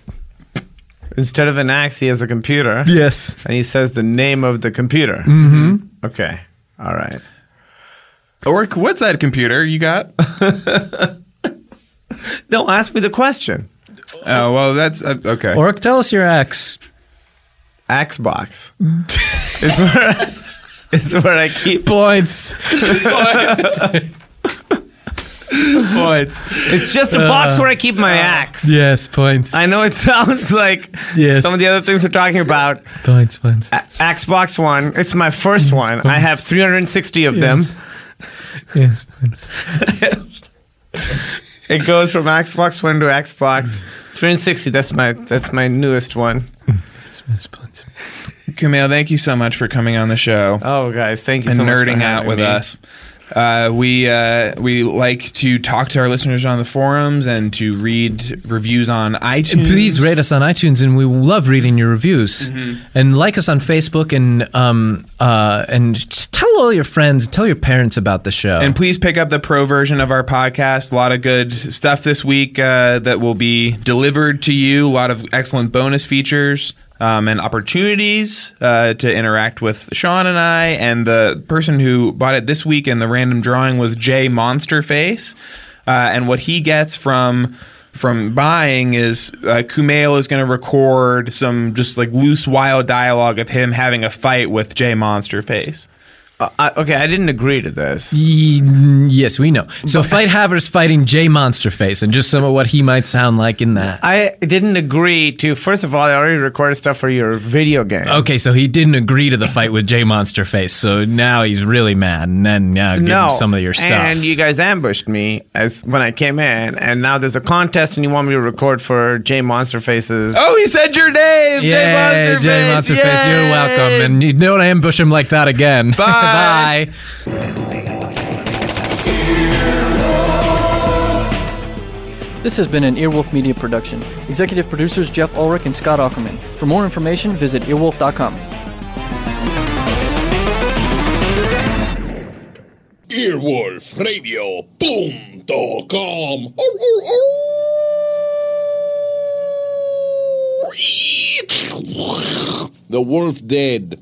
Speaker 4: Instead of an axe, he has a computer.
Speaker 3: Yes.
Speaker 4: And he says the name of the computer. Mm-hmm. Okay. All right.
Speaker 2: Orc, what's that computer you got?
Speaker 4: No, ask me the question.
Speaker 2: Oh well, that's uh, okay.
Speaker 3: Orc, tell us your axe.
Speaker 4: Xbox. it's where it's where I keep
Speaker 3: Points.
Speaker 4: points. It's just a box where I keep my
Speaker 3: Uh,
Speaker 4: axe.
Speaker 3: Yes, points.
Speaker 4: I know it sounds like
Speaker 3: Yes.
Speaker 4: some of the other things we're talking about.
Speaker 3: points, points.
Speaker 4: A- Axe box one. It's my first one. I have 360 of
Speaker 3: Yes.
Speaker 4: them.
Speaker 3: Yes, points.
Speaker 4: It goes from Xbox One to Xbox 360. That's my that's my newest one.
Speaker 3: Yes, points.
Speaker 2: Camille, thank you so much for coming on the show
Speaker 4: Oh, guys, thank you
Speaker 2: and
Speaker 4: so much for
Speaker 2: nerding out
Speaker 4: having
Speaker 2: with
Speaker 4: me.
Speaker 2: us. Uh, we uh, we like to talk to our listeners on the forums and to read reviews on iTunes.
Speaker 3: Please rate us on iTunes, and we love reading your reviews.
Speaker 2: Mm-hmm.
Speaker 3: And like us on Facebook, and um, uh, and just tell all your friends, tell your parents about the show.
Speaker 2: And please pick up the pro version of our podcast. A lot of good stuff this week uh, that will be delivered to you. A lot of excellent bonus features um, and opportunities uh, to interact with Sean and I. And the person who bought it this week in the random drawing was Jay Monsterface. Uh, and what he gets from from buying is uh, Kumail is going to record some just like loose wild dialogue of him having a fight with Jay Monsterface.
Speaker 4: Uh, I, okay, I didn't agree to this.
Speaker 3: Ye- yes, we know. So Fight Havers fighting Jay Monsterface, and just some of what he might sound like in that.
Speaker 4: I didn't agree to. First of all, I already recorded stuff for your video game.
Speaker 2: Oh,
Speaker 3: Okay, so he didn't agree to the fight with Jay Monsterface, so now he's really mad, and then now give him some of your stuff.
Speaker 4: And you guys ambushed me as when I came in, and now there's a contest, and you want me to record for Jay Monster Faces.
Speaker 2: Oh, he said your name,
Speaker 3: Yay,
Speaker 2: Jay Monsterface.
Speaker 3: Jay Monsterface, you're
Speaker 2: Yay!
Speaker 3: welcome. And you don't ambush him like that again.
Speaker 2: Bye.
Speaker 3: Bye.
Speaker 9: This has been an Earwolf Media production. Executive producers Jeff Ulrich and Scott Ackerman. For more information, visit earwolf.com.
Speaker 10: Earwolfradio.com. The wolf dead.